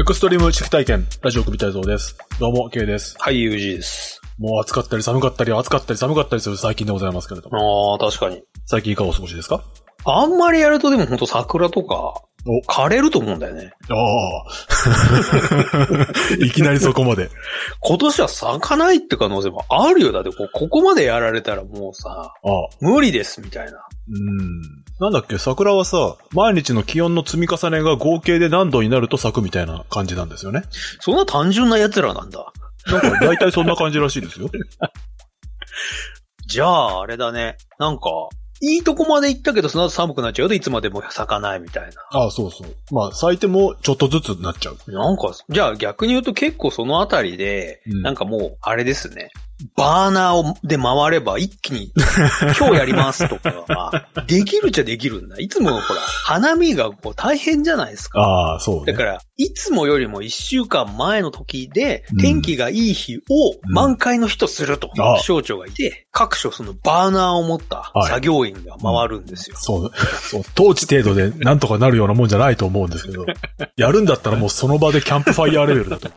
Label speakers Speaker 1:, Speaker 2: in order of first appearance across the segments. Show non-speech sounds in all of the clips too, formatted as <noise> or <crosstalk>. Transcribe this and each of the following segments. Speaker 1: エクストリーム地区体験、ラジオ組体操です。どうも、K です。
Speaker 2: はい、UG です。
Speaker 1: もう暑かったり寒かったり、暑かったり寒かったりする最近でございますけれども。
Speaker 2: ああ、確かに。
Speaker 1: 最近いかがお過ごしですか
Speaker 2: あんまりやるとでも本当桜とか
Speaker 1: お、
Speaker 2: 枯れると思うんだよね。
Speaker 1: ああ。 <laughs> いきなりそこまで。
Speaker 2: 今年は咲かないって可能性もあるよ。だってこう、ここまでやられたらもうさ、
Speaker 1: ああ。
Speaker 2: 無理です、みたいな。
Speaker 1: うん。なんだっけ、桜はさ、毎日の気温の積み重ねが合計で何度になると咲くみたいな感じなんですよね。
Speaker 2: そんな単純な奴らなんだ。
Speaker 1: なんか大体そんな感じらしいですよ。
Speaker 2: じゃあ、あれだね。なんか、いいとこまで行ったけど、その後寒くなっちゃうといつまでも咲かないみたい
Speaker 1: <laughs> ああ、そうそう。まあ、咲いてもちょっとずつになっちゃう。
Speaker 2: な。なんか、じゃあ逆に言うと結構そのあたりで、
Speaker 1: うん
Speaker 2: なんかもう、あれですね。バーナーをで回れば一気に、今日やりますとかが、
Speaker 1: <laughs>
Speaker 2: できるっちゃできるんだ。いつものほら、花見がこう大変じゃないですか。
Speaker 1: ああ、そうね。
Speaker 2: だから、いつもよりも一週間前の時で
Speaker 1: うん、
Speaker 2: 天気がいい日を満開の日とすると
Speaker 1: ああ、
Speaker 2: 気象庁がいて、各所そのバーナーを持った
Speaker 1: はい
Speaker 2: 作業員が回るんですよ。
Speaker 1: そう、そう、当地程度でなんとかなるようなもんじゃないと思うんです <laughs> けど、やるんだったらもうその場でキャンプファイヤーレベルだ <laughs> と。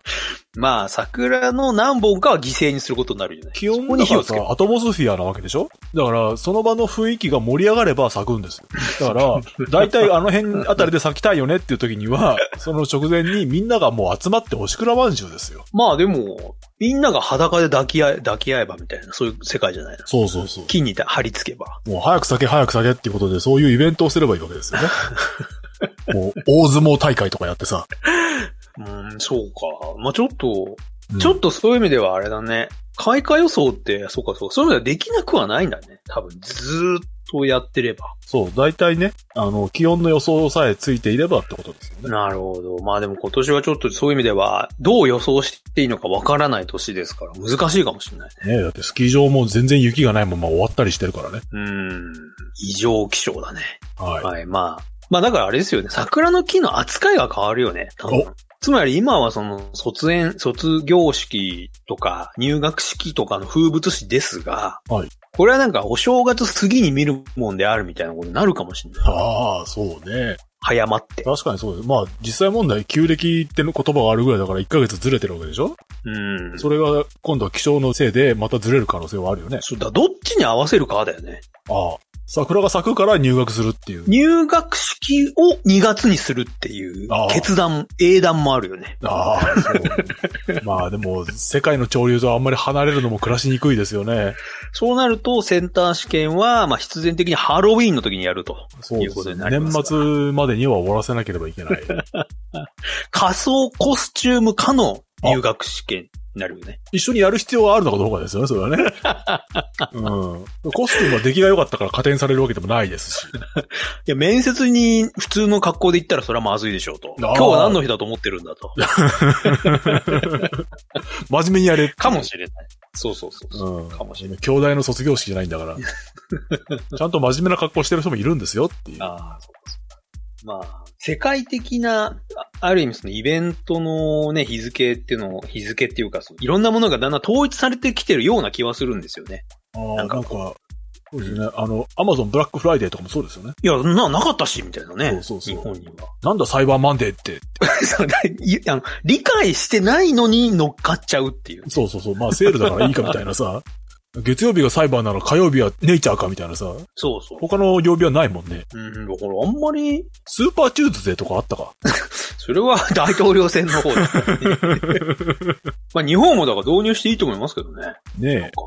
Speaker 2: まあ、桜の何本かは犠牲にすることになるじゃない
Speaker 1: 気温もだ
Speaker 2: そこ
Speaker 1: か
Speaker 2: に火
Speaker 1: ら
Speaker 2: をつけ
Speaker 1: さ
Speaker 2: る。
Speaker 1: アトモスフィアなわけでしょだから、その場の雰囲気が盛り上がれば咲くんですよ。だから、大体あの辺あたりで咲きたいよねっていう時に <laughs> は、その直前にみんながもう集まっておしくらまんじゅうですよ。
Speaker 2: まあでも、みんなが裸で抱き合え、抱き合えばみたいな、そういう世界じゃないの。
Speaker 1: そうそうそう。
Speaker 2: 木に貼り付けば。
Speaker 1: もう早く咲け早く咲けっていうことで、そういうイベントをすればいいわけ <laughs> ですよね。もう、大相撲大会とかやってさ。
Speaker 2: うーん、そうか。まあちょっと、
Speaker 1: うん
Speaker 2: ちょっとそういう意味ではあれだね。開花予想って、そうかそうか。そういう意味ではできなくはないんだね。多分、ずーっとやってれば。
Speaker 1: そう、大体ね、あの、気温の予想さえついていればってことですよね。
Speaker 2: なるほど。まあでも今年はちょっとそういう意味では、どう予想していいのかわからない年ですから、難しいかもしれないね。
Speaker 1: ねだってスキー場も全然雪がないまま終わったりしてるからね。
Speaker 2: うーん。異常気象だね。
Speaker 1: はい。
Speaker 2: はい、まあ。まあだからあれですよね。桜の木の扱いが変わるよね。多分
Speaker 1: お
Speaker 2: つまり今はその卒園、卒業式とか入学式とかの風物詩ですが、
Speaker 1: はい
Speaker 2: これはなんかお正月過ぎに見るもんであるみたいなことになるかもしれない。
Speaker 1: ああ、そうね。
Speaker 2: 早まって。
Speaker 1: 確かにそうです。まあ、実際問題、旧暦っての言葉があるぐらいだから1ヶ月ずれてるわけでしょ
Speaker 2: うん。
Speaker 1: それが今度は気象のせいでまたずれる可能性はあるよね。
Speaker 2: そうだ、どっちに合わせるかだよね。
Speaker 1: ああ。桜が咲くから入学するっていう。
Speaker 2: 入学式を2月にするっていう
Speaker 1: ああ
Speaker 2: 決断、英断もあるよね。
Speaker 1: ああ、そう。まあでも、世界の潮流とあんまり離れるのも暮らしにくいですよね。
Speaker 2: そうなると、センター試験は、まあ、必然的にハロウィーンの時にやると。
Speaker 1: そう
Speaker 2: いうことになりま
Speaker 1: 年
Speaker 2: す
Speaker 1: 末
Speaker 2: か
Speaker 1: までには終わらせなければいけない。
Speaker 2: 仮想コスチュームかの入学試験になるよね。
Speaker 1: 一緒にやる必要はあるのかどうかですよね、それはね。うん。コスチュームは出来が良かったから加点されるわけでもないですし。
Speaker 2: いや、面接に普通の格好で行ったらそれはまずいでしょうと。
Speaker 1: あー
Speaker 2: 今日は何の日だと思ってるんだと。
Speaker 1: 真面目にやれ。
Speaker 2: かもしれない。そうそうそうそう。
Speaker 1: うん。
Speaker 2: かもしれない。
Speaker 1: 兄弟の卒業式じゃないんだから。
Speaker 2: <laughs>
Speaker 1: ちゃんと真面目な格好してる人もいるんですよっていう。
Speaker 2: ああ、そうかそうか。まあ、世界的な、あある意味そのイベントのね、日付っていうのを、日付っていうかその、いろんなものがだんだん統一されてきてるような気はするんですよね。
Speaker 1: あーな
Speaker 2: なん
Speaker 1: か
Speaker 2: んか、
Speaker 1: そうですね。あの、アマゾンブラックフライデーとかもそうですよね。
Speaker 2: いや、な、なかったし、みたいなね。
Speaker 1: そうそうそう
Speaker 2: 日本には。 <laughs>
Speaker 1: なんだサイバーマンデーって。
Speaker 2: そうだいあの理解してないのに乗っかっちゃうっていう。
Speaker 1: そうそうそう。まあセールだからいいかみたいなさ。 <laughs> 月曜日がサイバーなら火曜日はネイチャーかみたいなさ。
Speaker 2: そうそう。
Speaker 1: 他の曜日はないもんね。
Speaker 2: うん、だからあんまり、
Speaker 1: スーパーチューズデーとかあったか。
Speaker 2: それは <laughs> 大統領選の方 <laughs> だ、まあ日本もだから導入していいと思いますけどね。なん
Speaker 1: ね
Speaker 2: か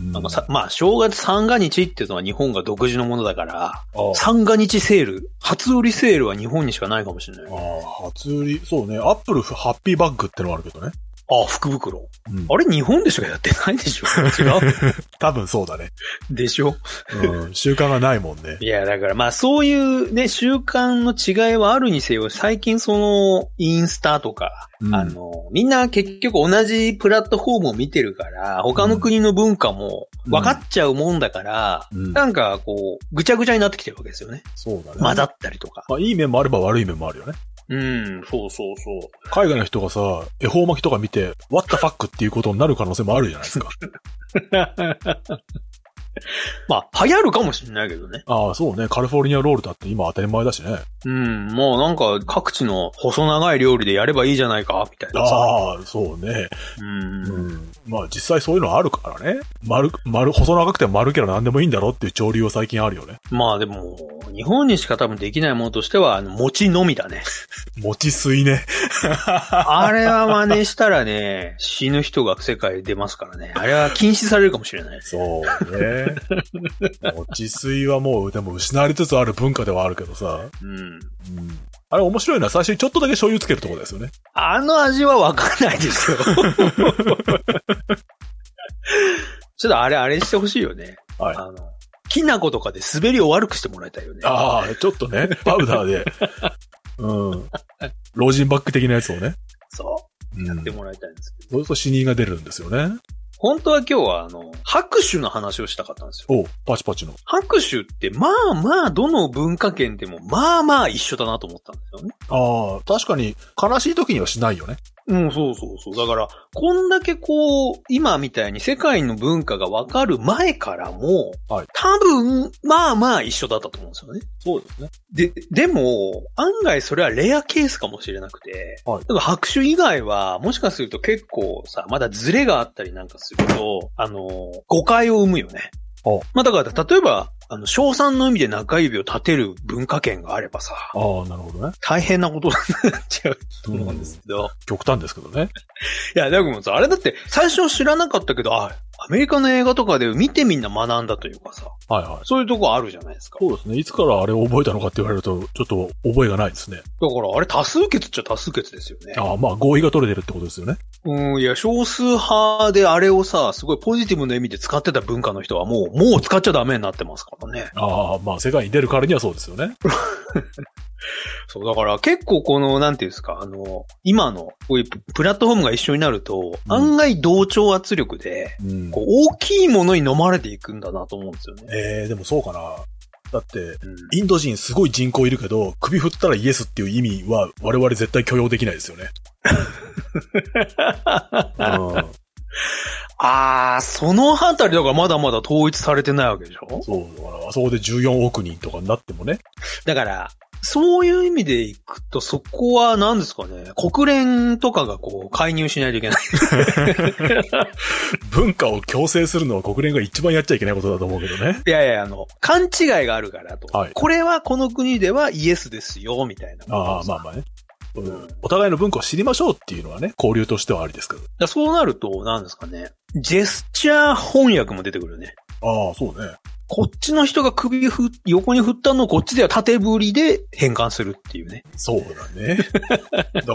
Speaker 1: え。
Speaker 2: なんかさ、まあ正月三が日っていうのは日本が独自のものだから、
Speaker 1: あー
Speaker 2: 三が日セール、初売りセールは日本にしかないかもしれない。
Speaker 1: ああ、初売り、そうね。アップルハッピーバッグってのがあるけどね。
Speaker 2: あ、福袋。
Speaker 1: うん
Speaker 2: あれ日本でしかやってないでしょ <laughs> 違う
Speaker 1: <laughs> 多分そうだね。
Speaker 2: でしょ
Speaker 1: うん。習慣がないもん
Speaker 2: <laughs>
Speaker 1: ね。
Speaker 2: いや、だからまあそういうね、習慣の違いはあるにせよ、最近その、インスタとか、
Speaker 1: うん
Speaker 2: あの、みんな結局同じプラットフォームを見てるから、他の国の文化も分かっちゃうもんだから、
Speaker 1: うん
Speaker 2: なんかこう、ぐちゃぐちゃになってきてるわけですよね。
Speaker 1: そうだね。
Speaker 2: 混ざったりとか。
Speaker 1: まあ、いい面もあれば悪い面もあるよね。
Speaker 2: うん、そうそうそう。
Speaker 1: 海外の人がさ、恵方巻きとか見て、what the fuck っていうことになる可能性もあるじゃないですか。
Speaker 2: <laughs> まあ、流行るかもしれないけどね。
Speaker 1: ああ、そうね。カリフォルニアロールだって今当たり前だしね。
Speaker 2: うん、もうなんか各地の細長い料理でやればいいじゃないか、みたいなさ。
Speaker 1: ああ、そうね。
Speaker 2: うん。
Speaker 1: うん。まあ実際そういうのあるからね。丸、丸、細長くて丸ければ何でもいいんだろうっていう潮流は最近あるよね。
Speaker 2: まあでも、日本にしか多分できないものとしては、あの餅のみだね。
Speaker 1: 餅水ね。
Speaker 2: あれは真似したらね、死ぬ人が世界で出ますからね。あれは禁止されるかもしれない。
Speaker 1: そう
Speaker 2: <laughs>
Speaker 1: ね。餅水はもう、でも失われつつある文化ではあるけどさ。
Speaker 2: うん。
Speaker 1: うん。あれ面白いのは最初にちょっとだけ醤油つけるところですよね。
Speaker 2: あの味はわかんないです
Speaker 1: <laughs>
Speaker 2: よ。ちょっとあれ、あれしてほしいよね。
Speaker 1: はい
Speaker 2: あの、きな粉とかで滑りを悪くしてもらいたいよね。
Speaker 1: ああ、ちょっとね。パウダー
Speaker 2: <laughs>
Speaker 1: で。うん。老人バッグ的なやつをね。
Speaker 2: そうう。やっ
Speaker 1: ん。
Speaker 2: てもらいたいんですけど。
Speaker 1: そうすると死人が出るんですよね。
Speaker 2: 本当は今日は、あの、拍手の話をしたかったんですよ。
Speaker 1: おうパチパチの。
Speaker 2: 拍手って、まあまあ、どの文化圏でも、まあまあ一緒だなと思ったんですよね。
Speaker 1: ああ、確かに悲しい時にはしないよね。
Speaker 2: うん、そうそうそう。だから、こんだけこう、今みたいに世界の文化がわかる前からも、
Speaker 1: はい
Speaker 2: 多分、まあまあ一緒だったと思うんですよね。
Speaker 1: そうですね。
Speaker 2: で、でも、案外それはレアケースかもしれなくて、
Speaker 1: はい
Speaker 2: だから拍手以外は、もしかすると結構さ、まだズレがあったりなんかすると、あのー、誤解を生むよね
Speaker 1: お。
Speaker 2: まあだから、例えば、あの、賞賛の意味で中指を立てる文化圏があればさ、
Speaker 1: ああ、なるほどね。
Speaker 2: 大変なことになっちゃうと思うんですけど、
Speaker 1: 極端ですけどね。
Speaker 2: いや、でもさ、あれだって最初知らなかったけど、あ、アメリカの映画とかで見てみんな学んだというかさ、
Speaker 1: はいはい。
Speaker 2: そういうとこあるじゃないですか。
Speaker 1: そうですね。いつからあれを覚えたのかって言われると、ちょっと覚えがないですね。
Speaker 2: だから、あれ多数決っちゃ多数決ですよね。
Speaker 1: ああ、まあ合意が取れてるってことですよね。
Speaker 2: うん、いや、少数派であれをさ、すごいポジティブな意味で使ってた文化の人はもう、もう使っちゃダメになってますからね。
Speaker 1: ああ、まあ世界に出るからにはそうですよね。
Speaker 2: そう、だから結構この、なんていうんですか、あの、今の、こういうププラットフォームが一緒になると、
Speaker 1: うん
Speaker 2: 案外同調圧力で、
Speaker 1: うん
Speaker 2: こう、大きいものに飲まれていくんだなと思うんですよね。
Speaker 1: ええでもそうかな。だって、
Speaker 2: うん
Speaker 1: インド人すごい人口いるけど、首振ったらイエスっていう意味は我々絶対許容できないですよね。うん
Speaker 2: あー、そのあたりだからまだまだ統一されてないわけでしょ
Speaker 1: そう、だからあそこで14億人とかになってもね。
Speaker 2: だから、そういう意味でいくと、そこは何ですかね、国連とかがこう、介入しないといけない。
Speaker 1: 文化を強制するのは国連が一番やっちゃいけないことだと思うけどね。
Speaker 2: <laughs> いやいや、あの、勘違いがあるからと。
Speaker 1: はい
Speaker 2: これはこの国ではイエスですよ、みたいな。
Speaker 1: ああ、まあまあね。うんお互いの文化を知りましょうっていうのはね、交流としてはありですけど。
Speaker 2: だそうなると、何ですかね。ジェスチャー翻訳も出てくるよね。
Speaker 1: ああ、そうね。
Speaker 2: こっちの人が首ふ、横に振ったのをこっちでは縦振りで変換するっていうね。
Speaker 1: そうだね。 <laughs> だから、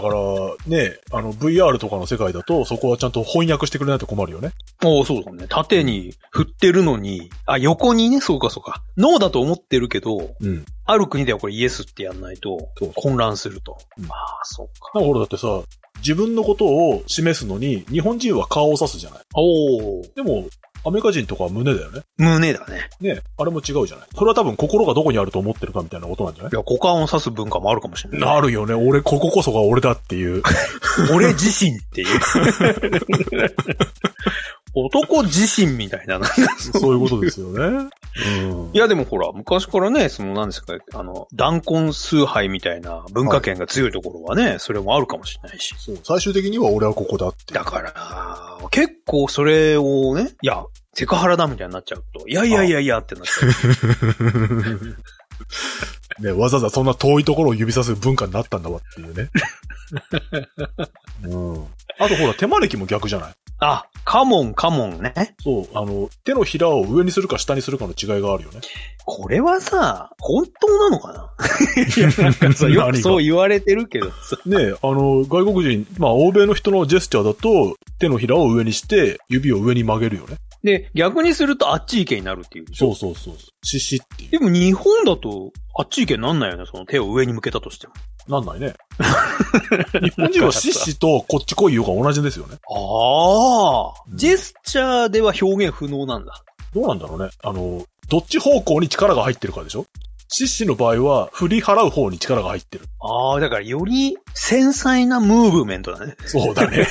Speaker 1: ね、あの、VR とかの世界だと、そこはちゃんと翻訳してくれないと困るよね。
Speaker 2: おおそうだね。縦に振ってるのに、あ、横にね、そうかそうか。ノーだと思ってるけど、
Speaker 1: うん。
Speaker 2: ある国ではこれイエスってやんないと
Speaker 1: そう、
Speaker 2: 混乱すると。
Speaker 1: うん
Speaker 2: ああ、そうか。
Speaker 1: なんかほらだってさ、自分のことを示すのに、日本人は顔を指すじゃない。
Speaker 2: おお
Speaker 1: でも、アメリカ人とかは胸だよね。
Speaker 2: 胸だね。
Speaker 1: ね、あれも違うじゃない。それは多分心がどこにあると思ってるかみたいなことなんじゃない
Speaker 2: いや、股間を刺す文化もあるかもしれない。
Speaker 1: なるよね。俺、こここそが俺だっていう。
Speaker 2: 俺自身っていう。 <laughs> 男自身みたいな。
Speaker 1: そういうことですよね。うん
Speaker 2: い。や、でもほら、昔からね、その、なんですか、あの、断根崇拝みたいな文化圏が強いところはね、それもあるかもしれないし。
Speaker 1: そう最終的には俺はここだっていう
Speaker 2: だから、結構それをね、いや、セクハラだみたいになっちゃうと、いやいやいやいやってなっちゃう。
Speaker 1: ね、わざわざそんな遠いところを指さす文化になったんだわって <laughs> いうね。うん。あとほら、手招きも逆じゃない
Speaker 2: <laughs> あ、カモンカモンね。
Speaker 1: そう、あの、手のひらを上にするか下にするかの違いがあ <laughs> るよね。
Speaker 2: これはさ、本当なのかないや、なんかさ、よ
Speaker 1: 何
Speaker 2: く
Speaker 1: が
Speaker 2: <laughs> そう言われてるけどさ。
Speaker 1: ねあの、外国人、まあ、欧米の人のジェスチャーだと、手のひらを上にして、指を上に曲げるよね。
Speaker 2: で、逆にするとあっち行けになるっていうでしょ
Speaker 1: そうそうそう。シシってい
Speaker 2: でも日本だと、あっち行けになんないよね、その手を上に向けたとしても。
Speaker 1: う。なんないね。日本人はシシとこっち来いよが同じですよね。
Speaker 2: ああ、
Speaker 1: うん
Speaker 2: ジェスチャーでは表現不能なんだ。
Speaker 1: どうなんだろうね。あの、どっち方向に力が入ってるかでしょ獅子の場合は、振り払う方に力が入ってる。
Speaker 2: ああ、だからより繊細なムーブメントだ <laughs> ね。
Speaker 1: そうだね。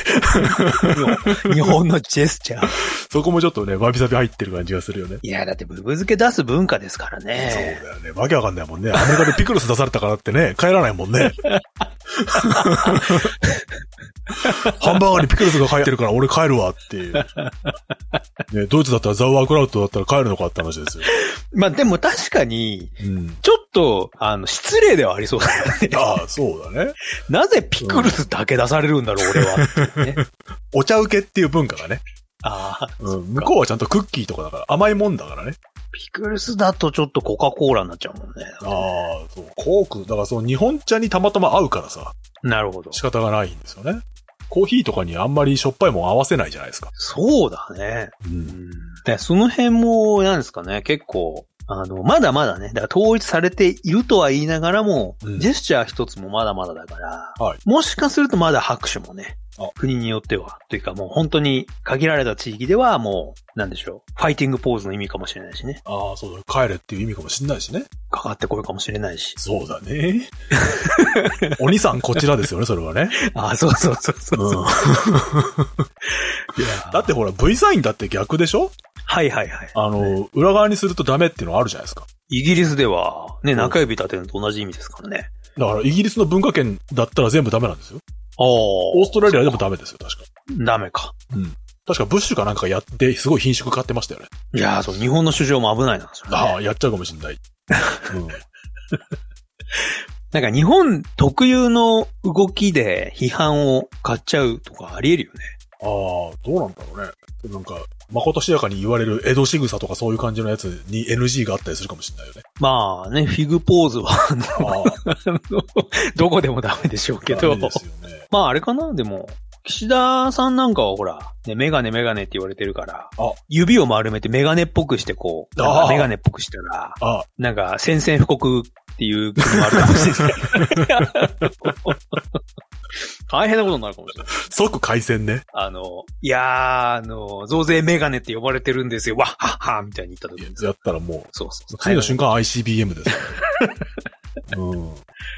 Speaker 2: 日本のジェスチャー。
Speaker 1: そこもちょっとね、わびさび入ってる感じがするよね。
Speaker 2: いや、だってブブ漬け出す文化ですから
Speaker 1: そう
Speaker 2: ね。
Speaker 1: だよね。わけわかんないもんね。アメリカでピクルス出されたからってね、 <laughs> 帰らないもんね。ハンバーガーにピクルスが入ってるから俺帰るわっていう。ね、ドイツだったらザワークラウトだったら帰るのかって話ですよ。
Speaker 2: まあでも確かに、 <laughs>
Speaker 1: うん。
Speaker 2: ちょっと、あの、失礼ではありそう <laughs> だよね。
Speaker 1: ああ、そうだね。
Speaker 2: なぜピクルスだけ出されるんだろう、俺は。
Speaker 1: お茶受けっていう文化がね。
Speaker 2: <laughs> ああ、
Speaker 1: うん。向こうはちゃんとクッキーとかだから甘いもんだからね。
Speaker 2: ピクルスだとちょっとコカ・コーラになっちゃうもんね。
Speaker 1: ああ、そう。コーク、だからその日本茶にたまたま合うからさ、
Speaker 2: なるほど。
Speaker 1: 仕方がないんですよね。コーヒーとかにあんまりしょっぱいもん合わせないじゃないですか。
Speaker 2: そうだね。
Speaker 1: う。
Speaker 2: うんんでその辺も、なんですかね、結構、あの、まだまだね、だから統一されているとは言いながらも、
Speaker 1: うん
Speaker 2: ジェスチャー一つもまだまだだから、
Speaker 1: はい
Speaker 2: もしかするとまだ拍手もね
Speaker 1: あ、
Speaker 2: 国によっては、というかもう本当に限られた地域ではもう、なんでしょう、ファイティングポーズの意味かもしれないしね、
Speaker 1: ああ、そうだ。帰れっていう意味かもしんないしね。。
Speaker 2: かかってこいかもしれないし
Speaker 1: <laughs> そうだね。お兄さんこちらですよね、それはね。
Speaker 2: ああ、そうそうそうそうそう。
Speaker 1: だってほら、V サインだって逆でしょ
Speaker 2: はいはいはい。
Speaker 1: あの、裏側にするとダメっていうのあるじゃないですか。
Speaker 2: イギリスでは、ね、
Speaker 1: ん
Speaker 2: 中指立てるのと同じ意味ですからね。
Speaker 1: だから、イギリスの文化圏だったら全部ダメなんですよ。
Speaker 2: ああ。
Speaker 1: オーストラリアでもダメですよ、確か。
Speaker 2: ダメか。
Speaker 1: 確かブッシュかなんかやって、すごい品種買ってましたよね。
Speaker 2: いやーそう、日本の市場も危ないなんですよ、ね。
Speaker 1: ああ、やっちゃうかもしん <laughs> ない。うん。
Speaker 2: なんか日本特有の動きで批判を買っちゃうとかあり得るよね。
Speaker 1: ああ、どうなんだろうね。なんか、まことしやかに言われる江戸仕草とかそういう感じのやつに NG があったりするかもしんないよね。
Speaker 2: まあね、フィグポーズは、 <laughs> あ
Speaker 1: ああ、
Speaker 2: の、どこでもダメでしょう <laughs> け
Speaker 1: ダ
Speaker 2: ど
Speaker 1: メ。ですよね。
Speaker 2: まああれかなでも、岸田さんなんかはほら、ね、メガネメガネって言われてるから
Speaker 1: あ、
Speaker 2: 指を丸めてメガネっぽくしてこう、なん
Speaker 1: あ
Speaker 2: か
Speaker 1: ー
Speaker 2: メガネっぽくしたら、
Speaker 1: ああ、
Speaker 2: なんか宣戦布告っていう国もあるかもしれない。 <laughs> 大変なことになるかもしれない。
Speaker 1: 即回線ね。
Speaker 2: あの、いやー、あの、増税メガネって呼ばれてるんですよ。わっはっはみたいに言った時に。
Speaker 1: やったらも
Speaker 2: そうそう
Speaker 1: う、。次の瞬間 ICBM です
Speaker 2: <laughs>
Speaker 1: よ。うん。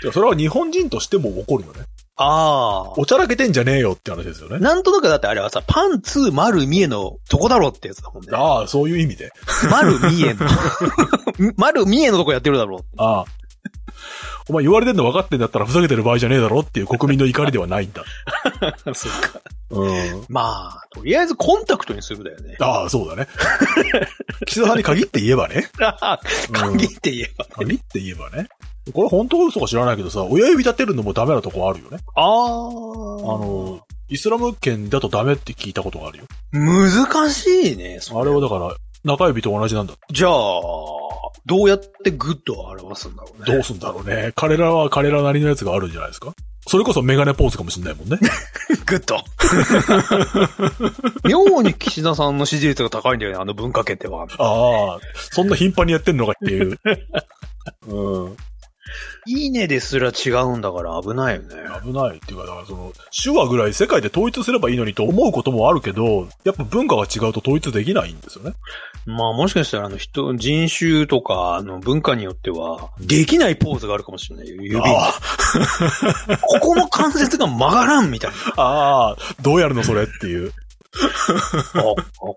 Speaker 1: てかそれは日本人としても怒るよね。
Speaker 2: ああ。
Speaker 1: おちゃらけてんじゃねえよって話ですよね。
Speaker 2: なんとなくだってあれはさ、パンツ丸見えのとこだろってやつだもんね。
Speaker 1: ああ、そういう意味で。
Speaker 2: 丸見 <laughs> えの。丸見えのとこやってるだろう。
Speaker 1: ああ。お前言われてんの分かってんだったらふざけてる場合じゃねえだろっていう国民の怒りではないんだ。
Speaker 2: そうか。
Speaker 1: うん。
Speaker 2: まあ、とりあえずコンタクトにするだよね。
Speaker 1: ああ、そう
Speaker 2: <laughs>
Speaker 1: だね。岸田さんに限って言えばね。うん
Speaker 2: 限って言えば。
Speaker 1: 限って言えばね。これ本当か嘘か知らないけどさ、親指立てるのもダメなとこあるよね。
Speaker 2: あ
Speaker 1: あ
Speaker 2: あ。
Speaker 1: の、イスラム圏だとダメって聞いたことがあるよ。
Speaker 2: 難しいね。そ
Speaker 1: あれはだから、中指と同じなんだ
Speaker 2: じゃあ、どうやってグッドを表すんだろうね。
Speaker 1: どうすんだろうね。 <laughs> 彼らは彼らなりのやつがあるんじゃないですかそれこそメガネポーズかもしんない <laughs> もんね。
Speaker 2: グッド。妙に岸田さんの支持率が高いんだよね、あの文化圏では。
Speaker 1: ああ、そんな頻繁にやってんのかっていう。 <laughs> うん。
Speaker 2: いいねですら違うんだから危ないよね。
Speaker 1: 危ないっていうか、だからその、手話ぐらい世界で統一すればいいのにと思うこともあるけど、やっぱ文化が違うと統一できないんですよね。
Speaker 2: まあもしかしたらあの人、人種とか、あの文化によっては、できないポーズがあるかもしれないよ。指に
Speaker 1: あ
Speaker 2: ここの関節が曲がらんみたい
Speaker 1: あ、ああ、どうやるのそれっていう。
Speaker 2: な。あ、あ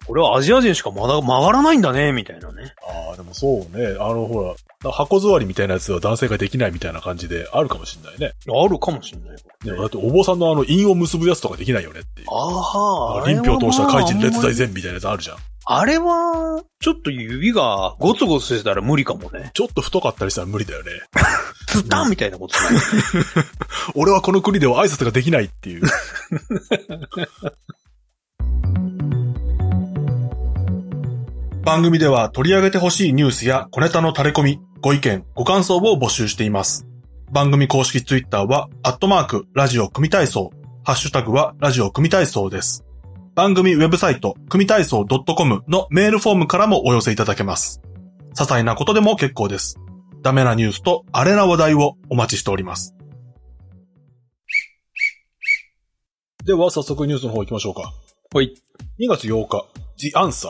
Speaker 2: これはアジア人しかまだ曲がらないんだね、みたいなね。
Speaker 1: ああ、でもそうね。あの、ほら、箱座りみたいなやつは男性ができないみたいな感じであるかもしんないね。
Speaker 2: あるかもしれない。
Speaker 1: でもだってお坊さんのあの、印を結ぶやつとかできないよねっていう。
Speaker 2: ああ、
Speaker 1: 臨氷通した怪人列大
Speaker 2: 全。
Speaker 1: 前みたいなやつあるじゃん。
Speaker 2: あれは、ちょっと指がゴツゴツしてたら無理かもね。
Speaker 1: ちょっと太かったりしたら無理だよね。
Speaker 2: ツタンみたいなことじゃない
Speaker 1: 俺はこの国では挨拶ができないっていう。 <laughs> 番組では取り上げてほしいニュースや小ネタの垂れ込み、ご意見、ご感想を募集しています。番組公式ツイッターは、アットマーク、ラジオ組体操、ハッシュタグは、ラジオ組体操です。番組ウェブサイト、組体操 .com のメールフォームからもお寄せいただけます。些細なことでも結構です。ダメなニュースとアレな話題をお待ちしております。では、早速ニュースの方行きましょうか。
Speaker 2: はい。
Speaker 1: 2月8日、The Answer。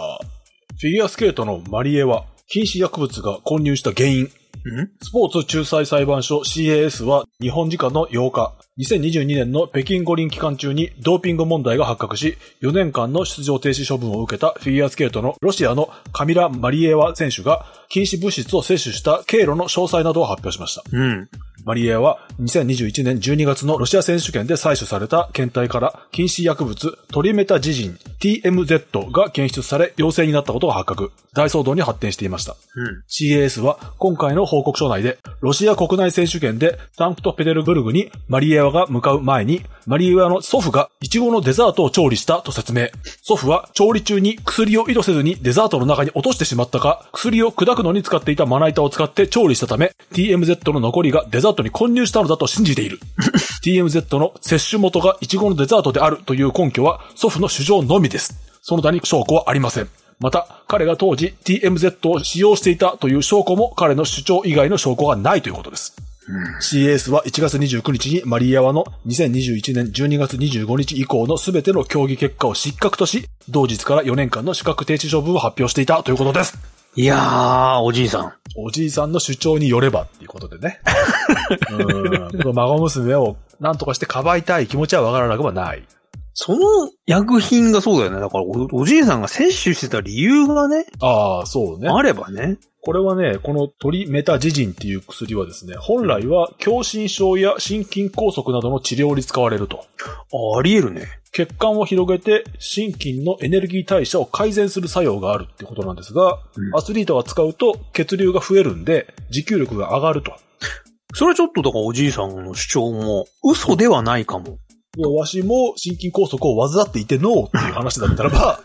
Speaker 1: フィギュアスケートのマリエは、禁止薬物が混入した原因。
Speaker 2: うん
Speaker 1: スポーツ仲裁裁判所 CAS は日本時間の8日、2022年の北京五輪期間中にドーピング問題が発覚し、4年間の出場停止処分を受けたフィギュアスケートのロシアのカミラ・マリエワ選手が禁止物質を摂取した経路の詳細などを発表しました。
Speaker 2: うん。
Speaker 1: マリエは2021年12月のロシア選手権で採取された検体から禁止薬物トリメタジジン TMZ が検出され陽性になったことが発覚。大騒動に発展していました。
Speaker 2: うん。
Speaker 1: CAS は今回の報告書内で、ロシア国内選手権でサンクトペテルブルグにマリエワが向かう前に、マリエワの祖父がイチゴのデザートを調理したと説明。祖父は調理中に薬を意図せずにデザートの中に落としてしまったか、薬を砕くのに使っていたまな板を使って調理したため、TMZ の残りがデザートに混入したのだと信じている。TMZ の摂取元がイチゴのデザートであるという根拠は祖父の主張のみです。その他に証拠はありません。また、彼が当時 TMZ を使用していたという証拠も彼の主張以外の証拠がないということです。CAS は1月29日にマリアワの2021年12月25日以降の全ての競技結果を失格とし、同日から4年間の資格停止処分を発表していたということです。
Speaker 2: いやー、おじいさん。
Speaker 1: おじいさんの主張によればっていうことで <laughs> ね。うん。この孫娘を何とかしてかばいたい気持ちはわからなくはない。
Speaker 2: その薬品がそうだよね。だからお、おじいさんが摂取してた理由がね、
Speaker 1: ああ、そうね。
Speaker 2: あればね。
Speaker 1: これはね、このトリメタジジンっていう薬はですね、本来は狭心症や心筋梗塞などの治療に使われると。
Speaker 2: あり得るね。
Speaker 1: 血管を広げて心筋のエネルギー代謝を改善する作用があるってことなんですが、
Speaker 2: うん
Speaker 1: アスリートが使うと血流が増えるんで、持久力が上がると。
Speaker 2: それはちょっとだからおじいさんの主張も嘘ではないか <laughs> も。
Speaker 1: いやわしも心筋梗塞を患っていてのっていう話だったらば、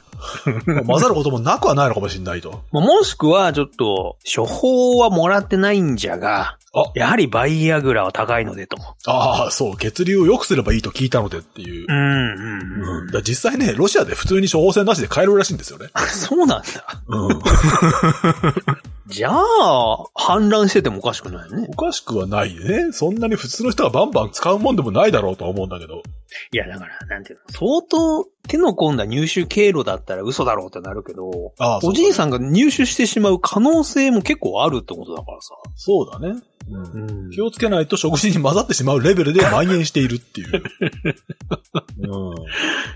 Speaker 1: まあ混ざることもなくはないのかもしれないと。
Speaker 2: まあ、もしくはちょっと処方はもらってないんじゃが、
Speaker 1: あ
Speaker 2: やはりバイアグラは高いのでと。
Speaker 1: ああ、そう、血流を良くすればいいと聞いたのでっていう。う
Speaker 2: ん
Speaker 1: んだから実際ね、ロシアで普通に処方箋なしで買えるらしいんですよね。
Speaker 2: そうなん <laughs> だ。
Speaker 1: うん。
Speaker 2: じゃあ、反乱しててもおかしくないね。
Speaker 1: <laughs> おかしくはないね。そんなに普通の人がバンバン使うもんでもないだろうとは思うんだけど。
Speaker 2: いや、だから、なんていうの、相当手の込んだ入手経路だったら嘘だろうってなるけど、
Speaker 1: ああ
Speaker 2: おじいさんが入手してしまう可能性も結構あるってことだからさ。
Speaker 1: そうだね。うん
Speaker 2: ん
Speaker 1: 気をつけないと食事に混ざってしまうレベルで蔓延しているっていう。 <laughs>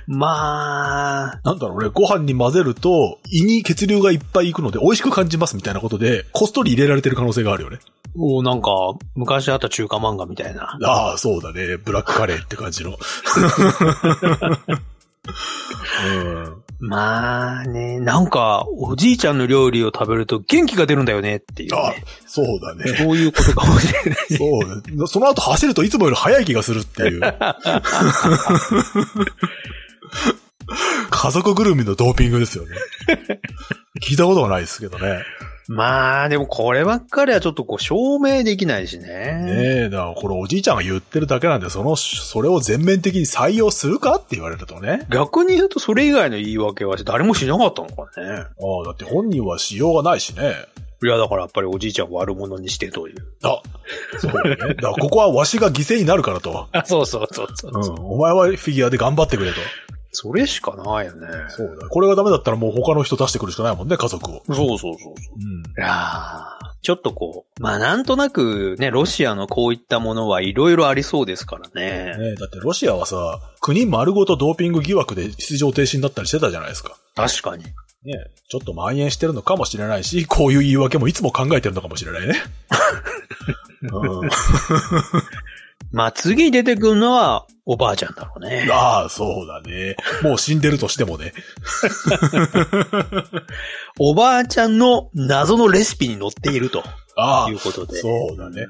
Speaker 1: うん、
Speaker 2: まあ、
Speaker 1: なんだろうね、ご飯に混ぜると胃に血流がいっぱいいくので美味しく感じますみたいなことで、こっそり入れられてる可能性があるよね。
Speaker 2: もうなんか、昔あった中華漫画みたいな。
Speaker 1: ああ、そうだね。ブラックカレーって感じの。 <laughs> うん、
Speaker 2: まあね、なんか、おじいちゃんの料理を食べると元気が出るんだよねっていう、
Speaker 1: <laughs> あ
Speaker 2: ね。
Speaker 1: そうだね。
Speaker 2: そういうことかもしれない。 <laughs>
Speaker 1: そうね。 <laughs> その後走るといつもより速い気がするっていう。家族ぐるみのドーピングですよね。聞いたことがないですけどね。
Speaker 2: まあ、でもこればっかりはちょっとこう証明できないしね。
Speaker 1: ねえ、だからこれおじいちゃんが言ってるだけなんで、その、それを全面的に採用するかって言われるとね。
Speaker 2: 逆に言うとそれ以外の言い訳は誰もしなかったのかね。
Speaker 1: ああ、だって本人はしようがないしね。
Speaker 2: いや、だからやっぱりおじいちゃんを悪者にしてという。
Speaker 1: あ、そうだね。だからここはわしが犠牲になるからと。
Speaker 2: あ、そうそうそうそう
Speaker 1: うん。お前はフィギュアで頑張ってくれと。
Speaker 2: それしかないよね。
Speaker 1: そうだ。これがダメだったらもう他の人出してくるしかないもんね、家族を。
Speaker 2: そうそうそ
Speaker 1: う
Speaker 2: う。
Speaker 1: ん。
Speaker 2: いやーちょっとこう、まあなんとなくね、ロシアのこういったものはいろいろありそうですからね。
Speaker 1: ねえ、だってロシアはさ、国丸ごとドーピング疑惑で出場停止になったりしてたじゃないですか。
Speaker 2: 確かに。
Speaker 1: ねえ、ちょっと蔓延してるのかもしれないし、こういう言い訳もいつも考えてるのかもしれ
Speaker 2: <laughs>
Speaker 1: ないね。うん、
Speaker 2: まあ次出てくるのはおばあちゃんだろうね。
Speaker 1: ああ、そうだね。もう死んでるとしてもね。
Speaker 2: おばあちゃんの謎のレシピに載っていると
Speaker 1: ああ
Speaker 2: い、うことで。
Speaker 1: そうだね。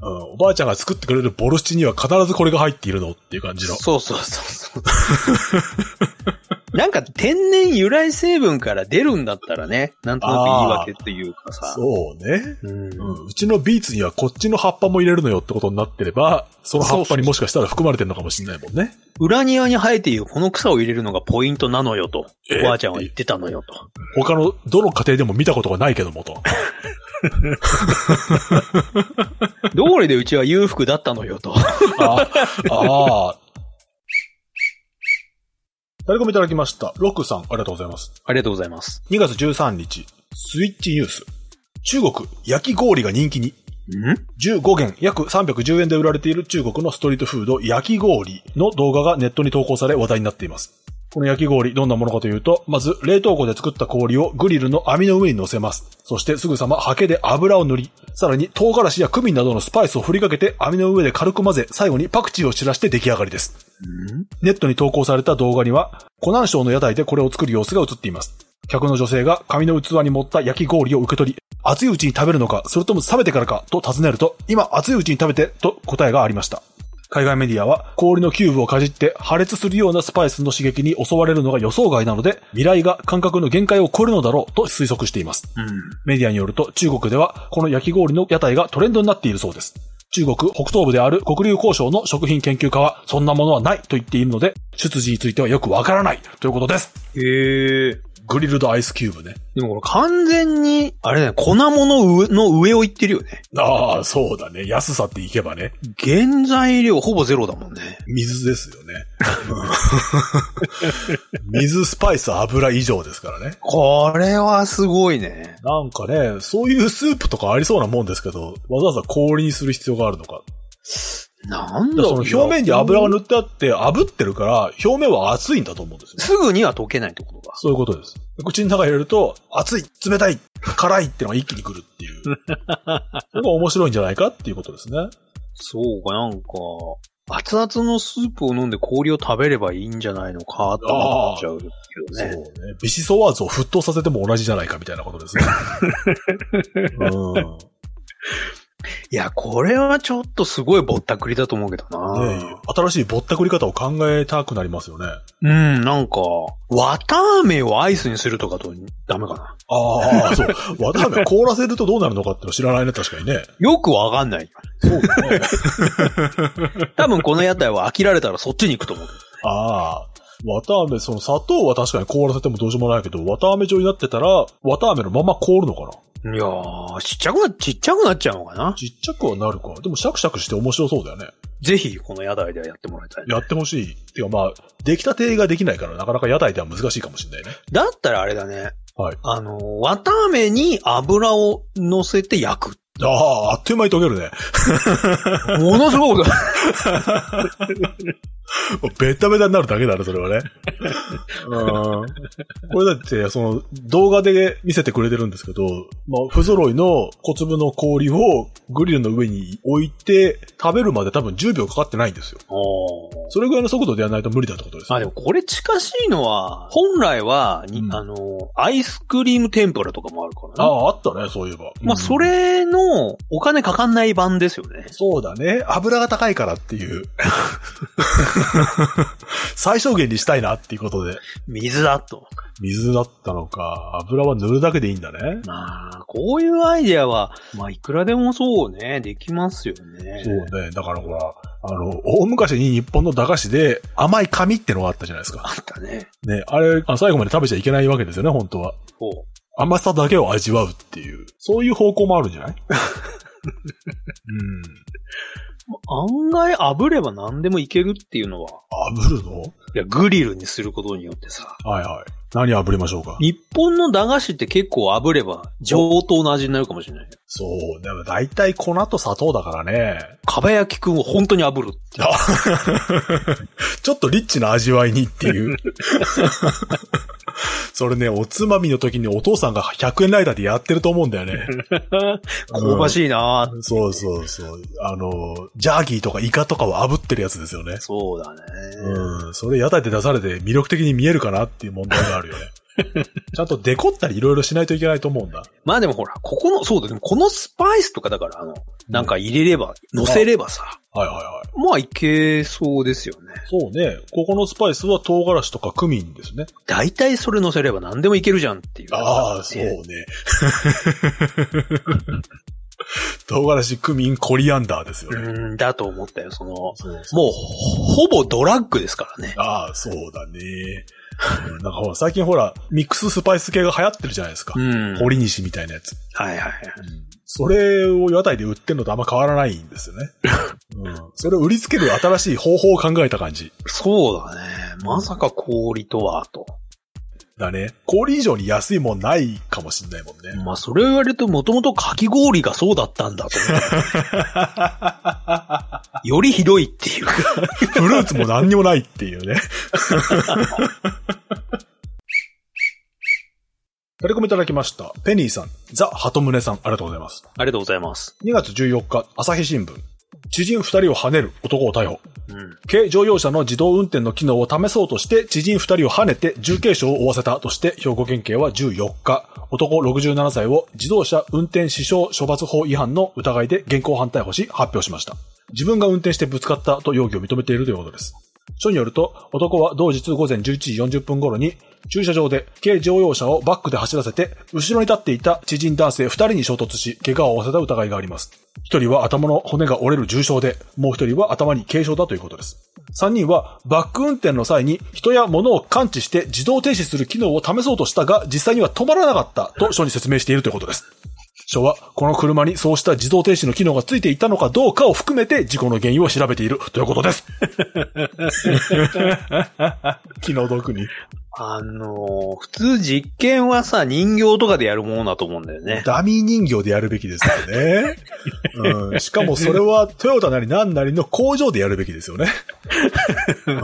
Speaker 1: うん、おばあちゃんが作ってくれるボルシチには必ずこれが入っているのっていう感じの。
Speaker 2: そうそう <laughs> そうそう。なんか天然由来成分から出るんだったらね、なんとなく言い訳っていうかさ。
Speaker 1: そうね。
Speaker 2: うん
Speaker 1: うん、うちのビーツにはこっちの葉っぱも入れるのよってことになってれば、その葉っぱにもしかしたら含まれてるのかもしれないもんね。
Speaker 2: 裏庭に生えているこの草を入れるのがポイントなのよと、
Speaker 1: え
Speaker 2: おばあちゃんは言ってたのよと。
Speaker 1: 他の、どの家庭でも見たことがないけどもと。
Speaker 2: どうりでうちは裕福だったのよと。
Speaker 1: ああー。誰かもいただきました。ロックさん、ありがとうございます。
Speaker 2: ありがとうございます。
Speaker 1: 2月13日、スイッチニュース。中国、焼き氷が人気に。
Speaker 2: うん
Speaker 1: 15元、約310円で売られている中国のストリートフード、焼き氷の動画がネットに投稿され話題になっています。この焼き氷、どんなものかというと、まず、冷凍庫で作った氷をグリルの網の上に乗せます。そしてすぐさまハケで油を塗り、さらに唐辛子やクミンなどのスパイスを振りかけて網の上で軽く混ぜ、最後にパクチーを散らして出来上がりです。
Speaker 2: うん
Speaker 1: ネットに投稿された動画には、湖南省の屋台でこれを作る様子が映っています。客の女性が紙の器に盛った焼き氷を受け取り、熱いうちに食べるのか、それとも冷めてからか、と尋ねると、今熱いうちに食べて、と答えがありました。海外メディアは、氷のキューブをかじって破裂するようなスパイスの刺激に襲われるのが予想外なので、未来が感覚の限界を超えるのだろうと推測しています。
Speaker 2: うん。
Speaker 1: メディアによると中国ではこの焼き氷の屋台がトレンドになっているそうです。中国北東部である黒竜交渉の食品研究家はそんなものはないと言っているので、出自についてはよくわからないということです。
Speaker 2: へえ。
Speaker 1: グリルドアイスキューブね。
Speaker 2: でもこれ完全に、あれだね、粉物上の上を行ってるよね。
Speaker 1: ああ、そうだね。安さっていけばね。
Speaker 2: 原材料ほぼゼロだもんね。
Speaker 1: 水ですよね。 <laughs> 水、スパイス、油以上ですからね。
Speaker 2: これはすごいね。
Speaker 1: なんかね、そういうスープとかありそうなもんですけど、わざわざ氷にする必要があるのか
Speaker 2: なん
Speaker 1: だから
Speaker 2: だ
Speaker 1: そ
Speaker 2: ろ
Speaker 1: うの表面に油が
Speaker 2: る。
Speaker 1: 塗ってあって、炙ってるから、表面は熱いんだと思うんですよ。
Speaker 2: すぐには溶けないってことか。
Speaker 1: そういうことです。口の中に入れると、熱い、冷たい、辛いってのが一気に来るっていう。それが面白いんじゃないかっていうことですね。
Speaker 2: そうか、なんか、熱々のスープを飲んで氷を食べればいいんじゃないのかと思っちゃうけ
Speaker 1: そう
Speaker 2: どね。
Speaker 1: ね。ビシソワーズを沸騰させても同じじゃないかみたいなことですね。うん。
Speaker 2: いや、これはちょっとすごいぼったくりだと思うけど
Speaker 1: ね
Speaker 2: な。
Speaker 1: え新しいぼったくり方を考えたくなりますよね。
Speaker 2: うん、なんか、綿飴をアイスにするとかとダメかな。
Speaker 1: ああ、そう。わたあめ凍らせるとどうなるのかっての知らないね、確かにね。
Speaker 2: よくわかんない。
Speaker 1: そうだね。
Speaker 2: 多分この屋台は飽きられたらそっちに行くと思う。
Speaker 1: <laughs> ああ。わたあめ、その砂糖は確かに凍らせてもどうしようもないけど、わたあめ状になってたら、わたあめのまま凍るのかない
Speaker 2: やー、ちっちゃくな、ちっちゃくなっちゃうのかな
Speaker 1: ちっちゃくはなるか。でもシャクシャクして面白そうだよね。
Speaker 2: ぜひ、この屋台ではやってもらいたい。
Speaker 1: やってほしい。てかまあ、出来たてができないから、なかなか屋台では難しいかもしれないね。
Speaker 2: だったらあれだね。
Speaker 1: はい。
Speaker 2: あのー、綿飴に油を乗せて焼く。
Speaker 1: ああ、あっという間に溶けるね。
Speaker 2: ものすごく、
Speaker 1: ベタベタになるだけだね、それはね。うん。これだって、その、動画で見せてくれてるんですけど、まあ、不揃いの小粒の氷をグリルの上に置いて、食べるまで多分10秒かかってないんですよ。それぐらいの速度でやらないと無理だってことですよ。
Speaker 2: あ、でもこれ近しいのは、本来は、に
Speaker 1: うん
Speaker 2: あのー、アイスクリーム天ぷらとかもあるから
Speaker 1: あ
Speaker 2: ね。
Speaker 1: あ、あったね、そういえば。
Speaker 2: まあ、それのお金かかんない版ですよね。
Speaker 1: そうだね。油が高いからっていう。最小限にしたいなっていうことで。
Speaker 2: 水だと。
Speaker 1: 水だったのか。油は塗るだけでいいんだね。
Speaker 2: まあ、こういうアイデアは、まあ、いくらでもそうね、できますよね。
Speaker 1: そうね。だからほら、あの、大昔に日本の駄菓子で甘い紙ってのがあったじゃないです
Speaker 2: あ
Speaker 1: か。
Speaker 2: ったね。
Speaker 1: ね。あれ、あ最後まで食べちゃいけないわけですよね、本当は。
Speaker 2: そう。
Speaker 1: 甘さだけを味わうっていう。そういう方向もあるんじゃない
Speaker 2: 案外炙れば何でもいけるっていうのは、
Speaker 1: うん。炙るの
Speaker 2: いや、グリルにすることによってさ、
Speaker 1: はいはい。何炙りましょうか。
Speaker 2: 日本の駄菓子って結構炙れば上等な味になるかもしれない。
Speaker 1: そう。でも大体粉と砂糖だからね。
Speaker 2: かば焼きくんを本当に炙るっていう。
Speaker 1: ちょっとリッチな味わいにっていう。 <laughs> それね、おつまみの時にお父さんが100円ライダーでやってると思うんだよ <laughs> ね。
Speaker 2: <laughs> 香ばしいなぁ、
Speaker 1: そうそうそう。あの、ジャーギーとかイカとかを炙ってるやつですよね。
Speaker 2: そうだね。
Speaker 1: うん。それ屋台で出されて魅力的に見えるかなっていう問題がある <laughs> よね。ちゃんとデコったりいろいろしないといけないと思うんだ。
Speaker 2: まあでもほら、ここの、そうだ、でもこのスパイスとかだから、あの、なんか入れれば、乗せればさ、
Speaker 1: はいはいはい。
Speaker 2: まあいけそうですよね。
Speaker 1: そうね。ここのスパイスは唐辛子とかクミンですね。
Speaker 2: 大体それ乗せれば何でもいけるじゃんっていう。
Speaker 1: ああ、そうね。 <laughs> 唐辛子、クミン、コリアンダーですよね。
Speaker 2: うん、だと思ったよ、その、も
Speaker 1: そう
Speaker 2: う、ほぼドラッグですからね。
Speaker 1: ああ、そうだね。うんなんかほら、最近ほら、ミックススパイス系が流行ってるじゃないですか
Speaker 2: う。ん。はい
Speaker 1: 堀西みたいなやつ。
Speaker 2: はいはい。
Speaker 1: それを屋台で売ってるのとあんま変わらないんですよね。うん、それを売りつける新しい方法を考えた感じ。
Speaker 2: そうだね。まさか氷とは、と。
Speaker 1: だね。氷以上に安いもんないかもしんないもんね。
Speaker 2: まあ、それを言われると、もともとかき氷がそうだったんだと思って。 <laughs> よりひどいっていうか。
Speaker 1: フルーツも何にもないっていうね。
Speaker 2: <laughs>
Speaker 1: <laughs> タレコミいただきました。ペニーさん、ザ・ハトムネさん、ありがとうございます。
Speaker 2: ありがとうございます。
Speaker 1: 2月14日、朝日新聞。知人2人を跳ねる男を逮捕。
Speaker 2: うん。
Speaker 1: 軽乗用車の自動運転の機能を試そうとして、知人2人を跳ねて重軽傷を負わせたとして、兵庫県警は14日、男67歳を自動車運転死傷処罰法違反の疑いで現行犯逮捕し発表しました。自分が運転してぶつかったと容疑を認めているということです。署によると、男は同日午前11時40分頃に、駐車場で軽乗用車をバックで走らせて、後ろに立っていた知人男性2人に衝突し、怪我を負わせた疑いがあります。1人は頭の骨が折れる重傷で、もう1人は頭に軽傷だということです。3人はバック運転の際に人や物を感知して自動停止する機能を試そうとしたが、実際には止まらなかったと署に説明しているということです。署は、この車にそうした自動停止の機能がついていたのかどうかを含めて事故の原因を調べているということです。気の毒に。
Speaker 2: あのー普通実験はさ、人形とかでやるものだと思うんだよね。
Speaker 1: ダミー人形でやるべきですよね。うん、しかもそれはトヨタなり何なりの工場でやるべきですよね。うん、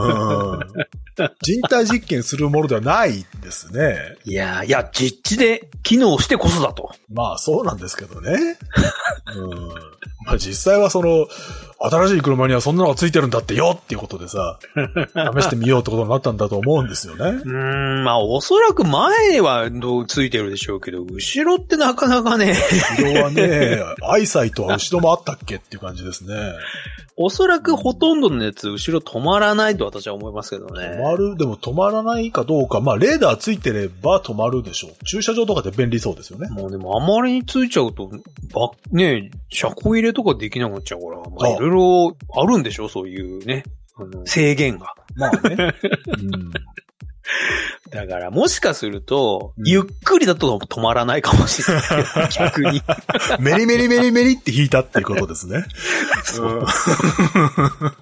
Speaker 1: 人体実験するものではないんですね。
Speaker 2: いやーいや、実地で機能してこそだと。
Speaker 1: まあそうなんですけどね。うん、まあ実際はその、新しい車にはそんなのがついてるんだってよっていうことでさ、試してみようってことになったんだと思うんですよね
Speaker 2: う。ーん、まあ、おそらく前はどうついてるでしょうけど、後ろってなかなかね、 <laughs>
Speaker 1: 色はね、アイサイトは後ろもあったっけっていう感じですね。
Speaker 2: おそらくほとんどのやつ、後ろ止まらないと私は思いますけど
Speaker 1: 止
Speaker 2: ね。
Speaker 1: まる、でも止まらないかどうか、まあレーダーついてれば止まるでしょう。駐車場とかで便利そうですよね。
Speaker 2: もうでもあまりについちゃうと、ば、ね、車庫入れとかできなくなっちゃうから、まあ
Speaker 1: あ
Speaker 2: いろいろあるんでしょう、そういうね、あの制限が。
Speaker 1: まあね。うん
Speaker 2: だから、もしかすると、
Speaker 1: うん
Speaker 2: ゆっくりだと止まらないかもし
Speaker 1: <laughs>
Speaker 2: れない。逆に。
Speaker 1: メリメリメリメリって引いたっていうことですね。
Speaker 2: そう
Speaker 1: <laughs>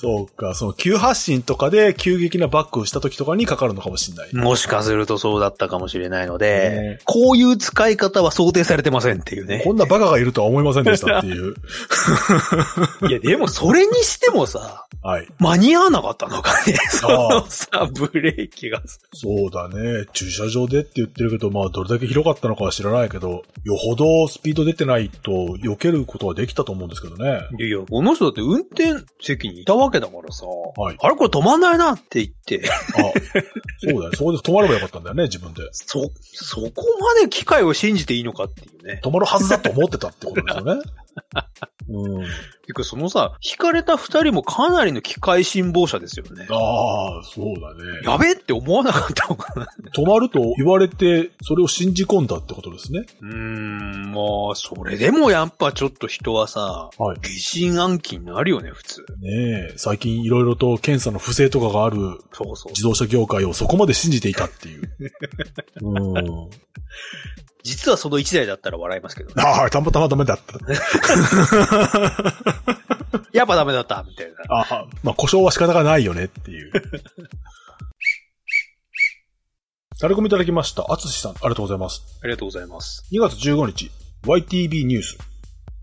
Speaker 1: そうか、その急発進とかで急激なバックをした時とかにかかるのかもしれない。
Speaker 2: もしかするとそうだったかもしれないので
Speaker 1: ね、
Speaker 2: こういう使い方は想定されてませんっていうね
Speaker 1: こ。んなバカがいるとは思いませんでしたっていう。 <laughs>
Speaker 2: いや、でもそれにしてもさ、
Speaker 1: はい。
Speaker 2: 間に合わなかったのかね。そ
Speaker 1: あ
Speaker 2: のさ、ブレーキが。
Speaker 1: そうだね。駐車場でって言ってるけど、まあ、どれだけ広かったのかは知らないけど、よほどスピード出てないと、避けることはできたと思うんですけどね。
Speaker 2: いやいや、この人だって運転席にいたわけだからさ、
Speaker 1: い
Speaker 2: あれこれ止まんないなって言って、
Speaker 1: あ、そうだよ。そこで止まればよかったんだよね、自分で。
Speaker 2: そ、そこまで機械を信じていいのかっていうね。
Speaker 1: 止まるはずだと思ってたってことです <laughs> よね。うん。
Speaker 2: てかそのさ、引かれた二人もかなりの機械辛抱者ですよね。
Speaker 1: ああ、そうだね。
Speaker 2: やべえって思わなかったのかな。
Speaker 1: 止まると言われて、それを信じ込んだってことですね。
Speaker 2: うーん、まあ、それでもやっぱちょっと人はさ、
Speaker 1: はい。
Speaker 2: 疑心暗鬼になるよね、普通。
Speaker 1: ねえ、最近いろいろと検査の不正とかがある
Speaker 2: そうそう。
Speaker 1: 自動車業界をそこまで信じていたって <laughs> いう。うん。
Speaker 2: 実はその一台だったら笑いますけどね。
Speaker 1: ああ、たまたまダメだった。
Speaker 2: やっぱダメだった、みたいな。
Speaker 1: ああ、まあ故障は仕方がないよねって <laughs> いう。タレコミいただきました。あつしさん、ありがとうございます。
Speaker 2: ありがとうございます。
Speaker 1: 2月15日、YTB ニュース。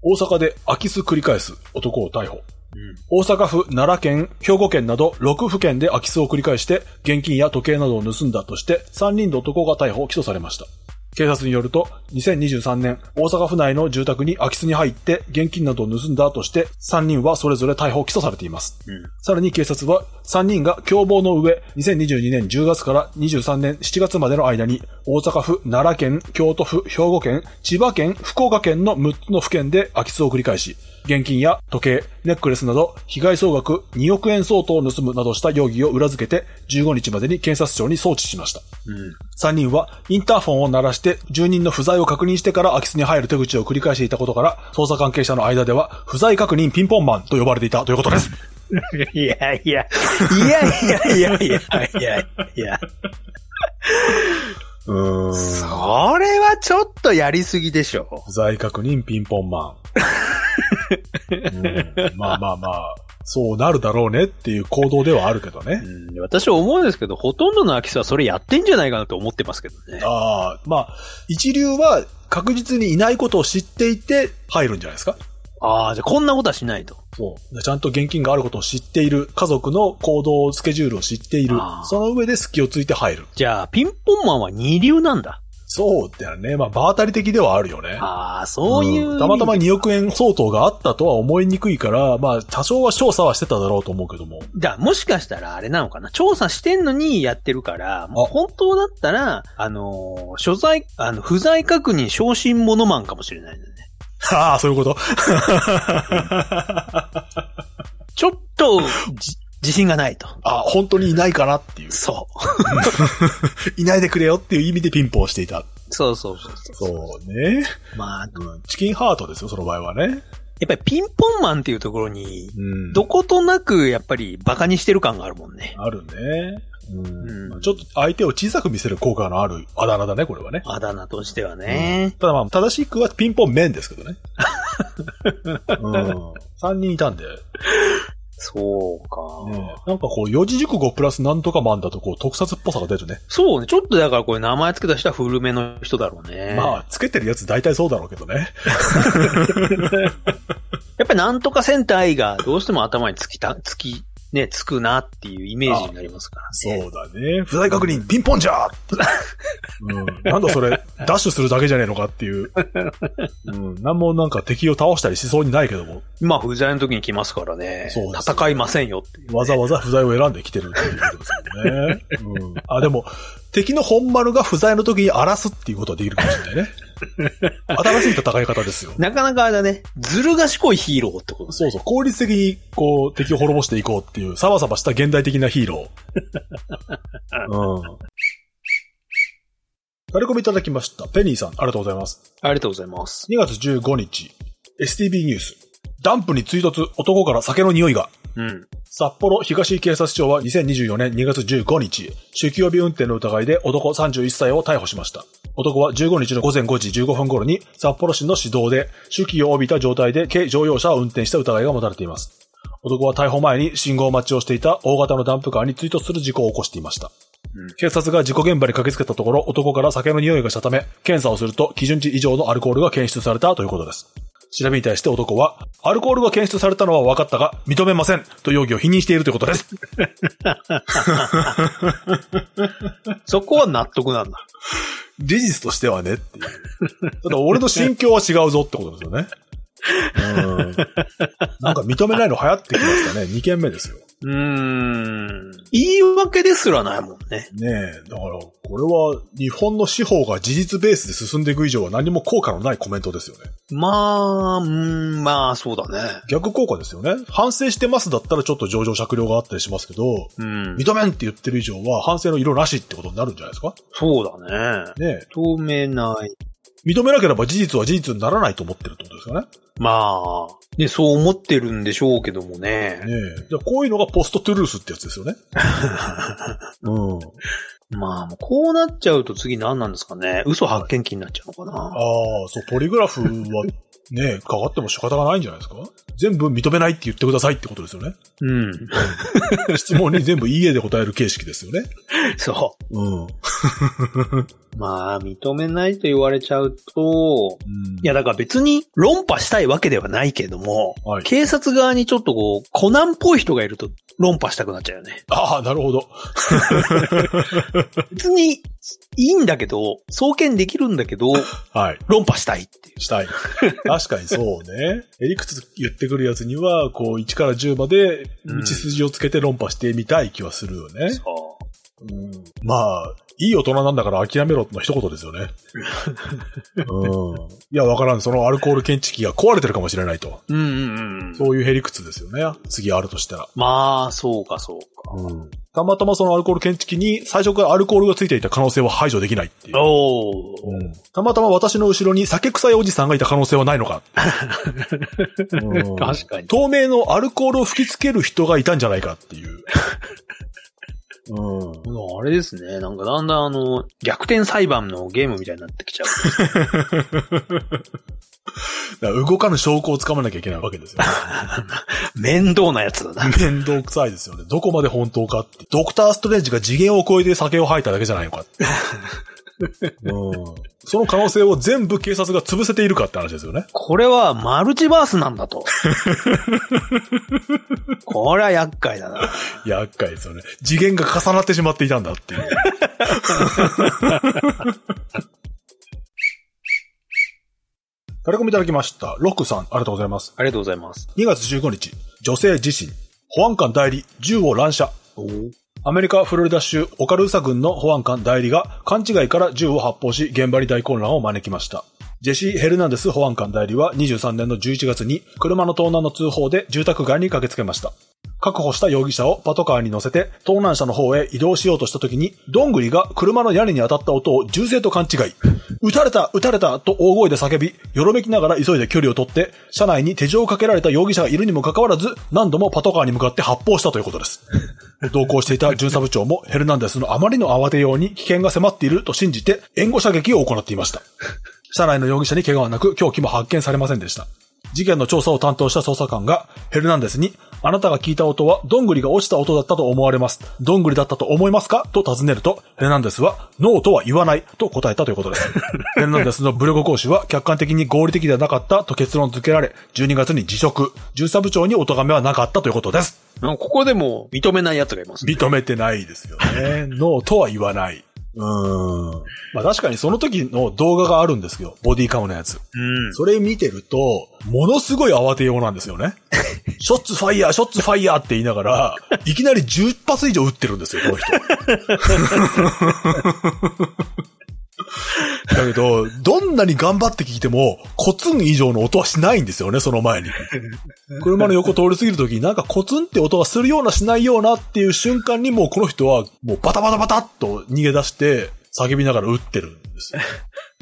Speaker 1: 大阪で空き巣繰り返す男を逮捕。
Speaker 2: うん。
Speaker 1: 大阪府、奈良県、兵庫県など6府県で空き巣を繰り返して、現金や時計などを盗んだとして、3人の男が逮捕・起訴されました。警察によると、2023年、大阪府内の住宅に空き巣に入って、現金などを盗んだとして、3人はそれぞれ逮捕・起訴されています。
Speaker 2: うん。
Speaker 1: さらに警察は、3人が共謀の上、2022年10月から23年7月までの間に、大阪府、奈良県、京都府、兵庫県、千葉県、福岡県の6つの府県で空き巣を繰り返し、現金や時計、ネックレスなど、被害総額2億円相当を盗むなどした容疑を裏付けて、15日までに検察庁に送致しました。
Speaker 2: うん。
Speaker 1: 3人はインターフォンを鳴らして住人の不在を確認してから空き巣に入る手口を繰り返していたことから、捜査関係者の間では不在確認ピンポンマンと呼ばれていたということです。
Speaker 2: <laughs> いやいや、いやいやいやいやいやいや。
Speaker 1: うーん。
Speaker 2: それはちょっとやりすぎでしょ。
Speaker 1: 不在確認ピンポンマン。うんまあまあまあ、そうなるだろうねっていう行動ではあるけどね。
Speaker 2: うん、私は思うんですけど、ほとんどの空き巣はそれやってんじゃないかなと思ってますけどね。
Speaker 1: ああ、まあ、一流は確実にいないことを知っていて入るんじゃないですか
Speaker 2: ああ、じゃあこんなことはしないと。
Speaker 1: そう。ちゃんと現金があることを知っている。家族の行動、スケジュールを知っている
Speaker 2: あー。
Speaker 1: その上で隙をついて入る。
Speaker 2: じゃあ、ピンポンマンは二流なんだ。
Speaker 1: そうだよね。まあ、場当たり的ではあるよね。
Speaker 2: ああ、そういう、
Speaker 1: んたまたま2億円相当があったとは思いにくいから、まあ、多少は調査はしてただろうと思うけども。 <laughs>
Speaker 2: だ、もしかしたらあれなのかな調査してんのにやってるから、もう本当だったら、あのー所在、あの、不在確認昇進モノマンかもしれないんだよね。
Speaker 1: ああ、そういうこと。
Speaker 2: ちょっと、じ自信がないと。
Speaker 1: あ本当にいないかなっていう。
Speaker 2: そう。
Speaker 1: いないでくれよっていう意味でピンポンをしていた。
Speaker 2: そうそうそうそう。
Speaker 1: そうね。
Speaker 2: まあ、
Speaker 1: うんチキンハートですよ、その場合はね。
Speaker 2: やっぱりピンポンマンっていうところに、
Speaker 1: うん
Speaker 2: どことなくやっぱりバカにしてる感があるもんね。
Speaker 1: あるね。うん
Speaker 2: うん
Speaker 1: ちょっと相手を小さく見せる効果のあるあだ名だね、これはね。
Speaker 2: あだ名としてはね。
Speaker 1: ただまあ、正しくはピンポン面ですけどね。うん。三人いたんで、ね
Speaker 2: そうか、
Speaker 1: なんかこう、四字熟語プラスなんとかマンだとこう、特撮っぽさが出るね。
Speaker 2: そうね。ちょっとだからこれ名前つけた人は古めの人だろうね。
Speaker 1: まあ、つけてるやつ大体そうだろうけどね。
Speaker 2: やっぱりなんとかセンター愛がどうしても頭につきた、つき、ね、つくなっていうイメージになりますから、ね。
Speaker 1: そうだね。不在確認、ピンポンじゃーうん。なんだそれ、ダッシュするだけじゃねえのかっていう。うん。なんもなんか敵を倒したりしそうにないけども、
Speaker 2: まあ、不在の時に来ますからね。
Speaker 1: そうです
Speaker 2: 戦いませんよっていう、
Speaker 1: わざわざ不在を選んできてるっていうことですよね。うん。あ、でも、敵の本丸が不在の時に荒らすっていうことはできるかもしれないね。新しい戦い方ですよ。
Speaker 2: なかなかあれだね、ずる賢いヒーローってこと
Speaker 1: そうそう、効率的に、こう、敵を滅ぼしていこうっていう、サバサバした現代的なヒーロー。うん。タレコミいただきました。ペニーさん、ありがとうございます。
Speaker 2: ありがとうございます。
Speaker 1: 2月15日、STB ニュース。ダンプに追突、男から酒の匂いが。
Speaker 2: うん。
Speaker 1: 札幌東警察庁は2024年2月15日、酒気帯び運転の疑いで男31歳を逮捕しました。男は15日の午前5時15分頃に札幌市の市道で酒気を帯びた状態で軽乗用車を運転した疑いが持たれています。男は逮捕前に信号待ちをしていた大型のダンプカーに追突する事故を起こしていました。
Speaker 2: うん
Speaker 1: 警察が事故現場に駆けつけたところ、男から酒の匂いがしたため、検査をすると基準値以上のアルコールが検出されたということです。調べに対して男は、アルコールが検出されたのは分かったが、認めませんと容疑を否認しているということです。
Speaker 2: そこは納得なんだ。
Speaker 1: <laughs> 事実としてはねっていう。 <laughs> ただ俺の心境は違うぞってことですよね。うん。なんか認めないの流行ってきましたね。2件目ですよ。
Speaker 2: うーん。言い訳ですらないもんね。
Speaker 1: ねえ。だから、これは日本の司法が事実ベースで進んでいく以上は何も効果のないコメントですよね。
Speaker 2: まあ、うーん、まあ、そうだね。
Speaker 1: 逆効果ですよね。反省してますだったらちょっと情状酌量があったりしますけど、
Speaker 2: うん。
Speaker 1: 認めんって言ってる以上は反省の色なしってことになるんじゃないですか
Speaker 2: そうだね。
Speaker 1: ねえ。
Speaker 2: 認めない。
Speaker 1: 認めなければ事実は事実にならないと思ってるってことですよね。
Speaker 2: まあ、ね、そう思ってるんでしょうけどもね。
Speaker 1: ねえ。じゃあこういうのがポストトゥルースってやつですよね。うん。
Speaker 2: まあ、もうこうなっちゃうと次何なんですかね。嘘発見器になっちゃうのか
Speaker 1: あ
Speaker 2: な。
Speaker 1: あ、そう、ポリグラフはね、 <laughs> かかっても仕方がないんじゃないですか全部認めないって言ってくださいってことです <laughs> よね。
Speaker 2: うん。
Speaker 1: 質問に全部いいえで答える形式ですよね。
Speaker 2: そ
Speaker 1: うん。うん。
Speaker 2: う。まあ、認めないと言われちゃうと、いや、だから別に論破したいわけではないけれども、
Speaker 1: はい
Speaker 2: 警察側にちょっとこう、コナンっぽい人がいると論破したくなっちゃうよね。
Speaker 1: ああ、なるほど。
Speaker 2: 別に、いいんだけど、送検できるんだけ
Speaker 1: <laughs>
Speaker 2: ど、
Speaker 1: はい。
Speaker 2: 論破したいっていう。
Speaker 1: したい。確かにそうね。えりくつ言ってくるやつには、こう、1から10まで道筋をつけて論破してみたい気はするよね。
Speaker 2: そ
Speaker 1: うんまあ、いい大人なんだから諦めろの一言ですよね。うん、いや、わからん。そのアルコール検知器が壊れてるかもしれないと。
Speaker 2: う。うんうんうん。
Speaker 1: そういうへりくつですよね。次あるとしたら。
Speaker 2: まあ、そうかそうか。
Speaker 1: たまたまそのアルコール検知器に最初からアルコールがついていた可能性は排除できないっていう。
Speaker 2: おー。
Speaker 1: うんたまたま私の後ろに酒臭いおじさんがいた可能性はないのか。うん
Speaker 2: <laughs> 確かに。
Speaker 1: 透明のアルコールを吹きつける人がいたんじゃないかって
Speaker 2: <laughs>
Speaker 1: いう。うん。
Speaker 2: あれですね。なんかだんだんあの、 <laughs> 逆転裁判のゲームみたいになってきちゃう。
Speaker 1: だから動かぬ証拠をつかまなきゃいけないわけですよ。
Speaker 2: 面倒なやつだな。
Speaker 1: 面倒くさいですよね。どこまで本当かって。ドクター・ストレンジが次元を超えて酒を吐いただけじゃないのかって。うん、その可能性を全部警察が潰せているかって話ですよね。
Speaker 2: これはマルチバースなん <laughs> だと。これは厄介だな。
Speaker 1: 厄介ですよね。次元が重なってしまっていたんだっていう。 <laughs> タレコミいただきました。ロックさん、ありがとうございます。
Speaker 2: ありがとうございます。
Speaker 1: 2月15日、女性自身、保安官代理、銃を乱射。アメリカ・フロリダ州オカルーサ郡の保安官代理が勘違いから銃を発砲し現場に大混乱を招きました。ジェシー・ヘルナンデス保安官代理は23年の11月に車の盗難の通報で住宅街に駆けつけました。確保した容疑者をパトカーに乗せて盗難車の方へ移動しようとした時に、どんぐりが車の屋根に当たった音を銃声と勘違い。撃たれた撃たれたと大声で叫び、よろめきながら急いで距離を取って、車内に手錠をかけられた容疑者がいるにもかかわらず、何度もパトカーに向かって発砲したということです。同行していた巡査部長もヘルナンデスのあまりの慌てように危険が迫っていると信じて援護射撃を行っていました。車内の容疑者に怪我はなく凶器も発見されませんでした。事件の調査を担当した捜査官がヘルナンデスにあなたが聞いた音はどんぐりが落ちた音だったと思われます。どんぐりだったと思いますかと尋ねるとヘルナンデスはノーとは言わないと答えたということ <laughs> です。ヘルナンデスのブルゴ講師は客観的に合理的ではなかったと結論付けられ12月に辞職、巡査部長にお咎めはなかったということです。
Speaker 2: なんかここでも認めないやつがいます、ね。
Speaker 1: 認めてないですよね。 <laughs> ノーとは言わない。うーん。まあ確かにその時の動画があるんですよ。ボディカムのやつ。
Speaker 2: うん。
Speaker 1: それ見てると、ものすごい慌てようなんです
Speaker 2: <laughs>
Speaker 1: よね。ショッツファイヤー、ショッツファイヤーって言いながら、いきなり10発以上撃ってるんですよ、この
Speaker 2: <laughs>
Speaker 1: 人。だけど、どんなに頑張って聞いても、コツン以上の音はしないんですよね、その
Speaker 2: <laughs>
Speaker 1: 前に。車の横通り過ぎるときになんかコツンって音がするようなしないようなっていう瞬間にもうこの人はもうバタバタバタっと逃げ出して叫びながら撃ってるんですよ。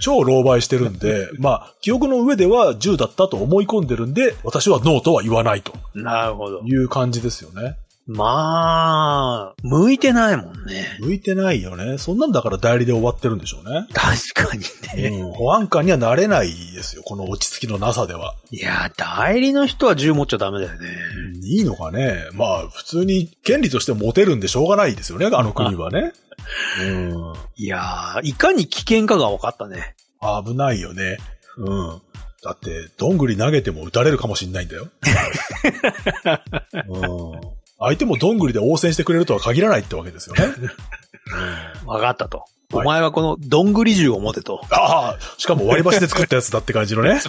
Speaker 1: 超狼狽してるん <laughs> で、まあ、記憶の上では銃だったと思い込んでるんで、私はノーとは言わないと
Speaker 2: なるほど。
Speaker 1: いう感じですよね。
Speaker 2: まあ、向いてないもんね。
Speaker 1: 向いてないよね。そんなんだから代理で終わってるんでしょうね。
Speaker 2: 確かにね。
Speaker 1: うん、保安官にはなれないですよ。この落ち着きのなさでは。
Speaker 2: いや、代理の人は銃持っちゃダメだよね。
Speaker 1: いいのかね。まあ、普通に権利として持てるんでしょうがないですよね、あの国は <laughs> ね。う
Speaker 2: いやー、いかに危険かが分かったね。
Speaker 1: ん。危ないよね。うん。だって、どんぐり投げても撃たれるかもしんないん
Speaker 2: <laughs>
Speaker 1: だよ。うん。相手もどんぐりで応戦してくれるとは限らないってわけですよね。
Speaker 2: 分かったと。
Speaker 1: はい
Speaker 2: お前はこのどんぐり銃を持てと。
Speaker 1: ああ、しかも割り箸で作ったやつだって感じのね。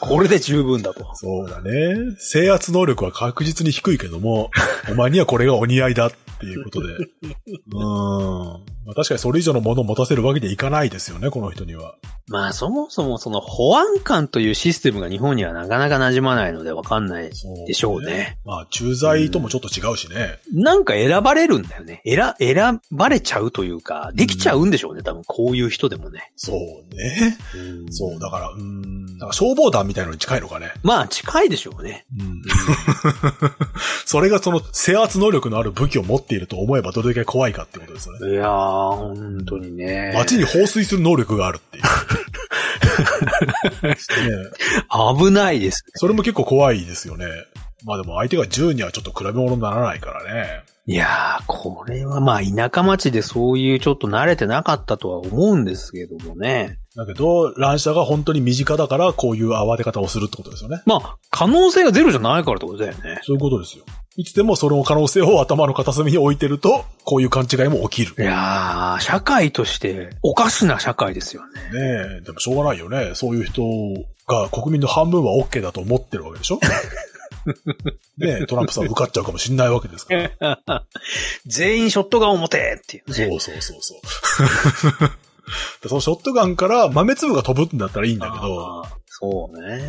Speaker 2: これで十分だと。
Speaker 1: そうだね。制圧能力は確実に低いけども、お前にはこれがお似合いだっていうことで。うーん。まあ、確かにそれ以上のものを持たせるわけにはいかないですよね、この人には。
Speaker 2: まあそもそもその保安官というシステムが日本にはなかなか馴染まないので分かんない
Speaker 1: そう
Speaker 2: でしょうね。
Speaker 1: まあ、駐在ともちょっと違うしね。
Speaker 2: なんか選ばれるんだよね。選、選ばれちゃうというか、できちゃうんでしょうね。多分こういう人でもね。
Speaker 1: そうね。そう、だから、うーん。なんか消防団みたいのに近いのかね。
Speaker 2: まあ近いでしょうね。
Speaker 1: <laughs> うん。それがその制圧能力のある武器を持っていると思えばどれだけ怖いかってことですよね。
Speaker 2: いやー、本当にね。
Speaker 1: 街に放水する能力があるって <laughs> いう。ね
Speaker 2: 危ないです。
Speaker 1: それも結構怖いですよね。まあでも相手が銃にはちょっと比べ物にならないからね。
Speaker 2: いやー、これはまあ田舎町でそういうちょっと慣れてなかったとは思うんですけどもね。
Speaker 1: だけど、乱射が本当に身近だから、こういう慌て方をするってことですよね。
Speaker 2: まあ、可能性がゼロじゃないからってことだよね。
Speaker 1: そういうことですよ。いつでもその可能性を頭の片隅に置いてると、こういう勘違いも起きる。
Speaker 2: いやー、社会としておかしな社会ですよね。
Speaker 1: ねえ、でもしょうがないよね。そういう人が国民の半分は OK だと思ってるわけ <laughs> でしょねえ、トランプさん受かっちゃうかもしんないわけですから。
Speaker 2: <laughs> 全員ショットガンを持てっていう
Speaker 1: そ
Speaker 2: ね。
Speaker 1: うそうそうそう。 <laughs> でそのショットガンから豆粒が飛ぶんだったらいいんだけど、
Speaker 2: あーそうね。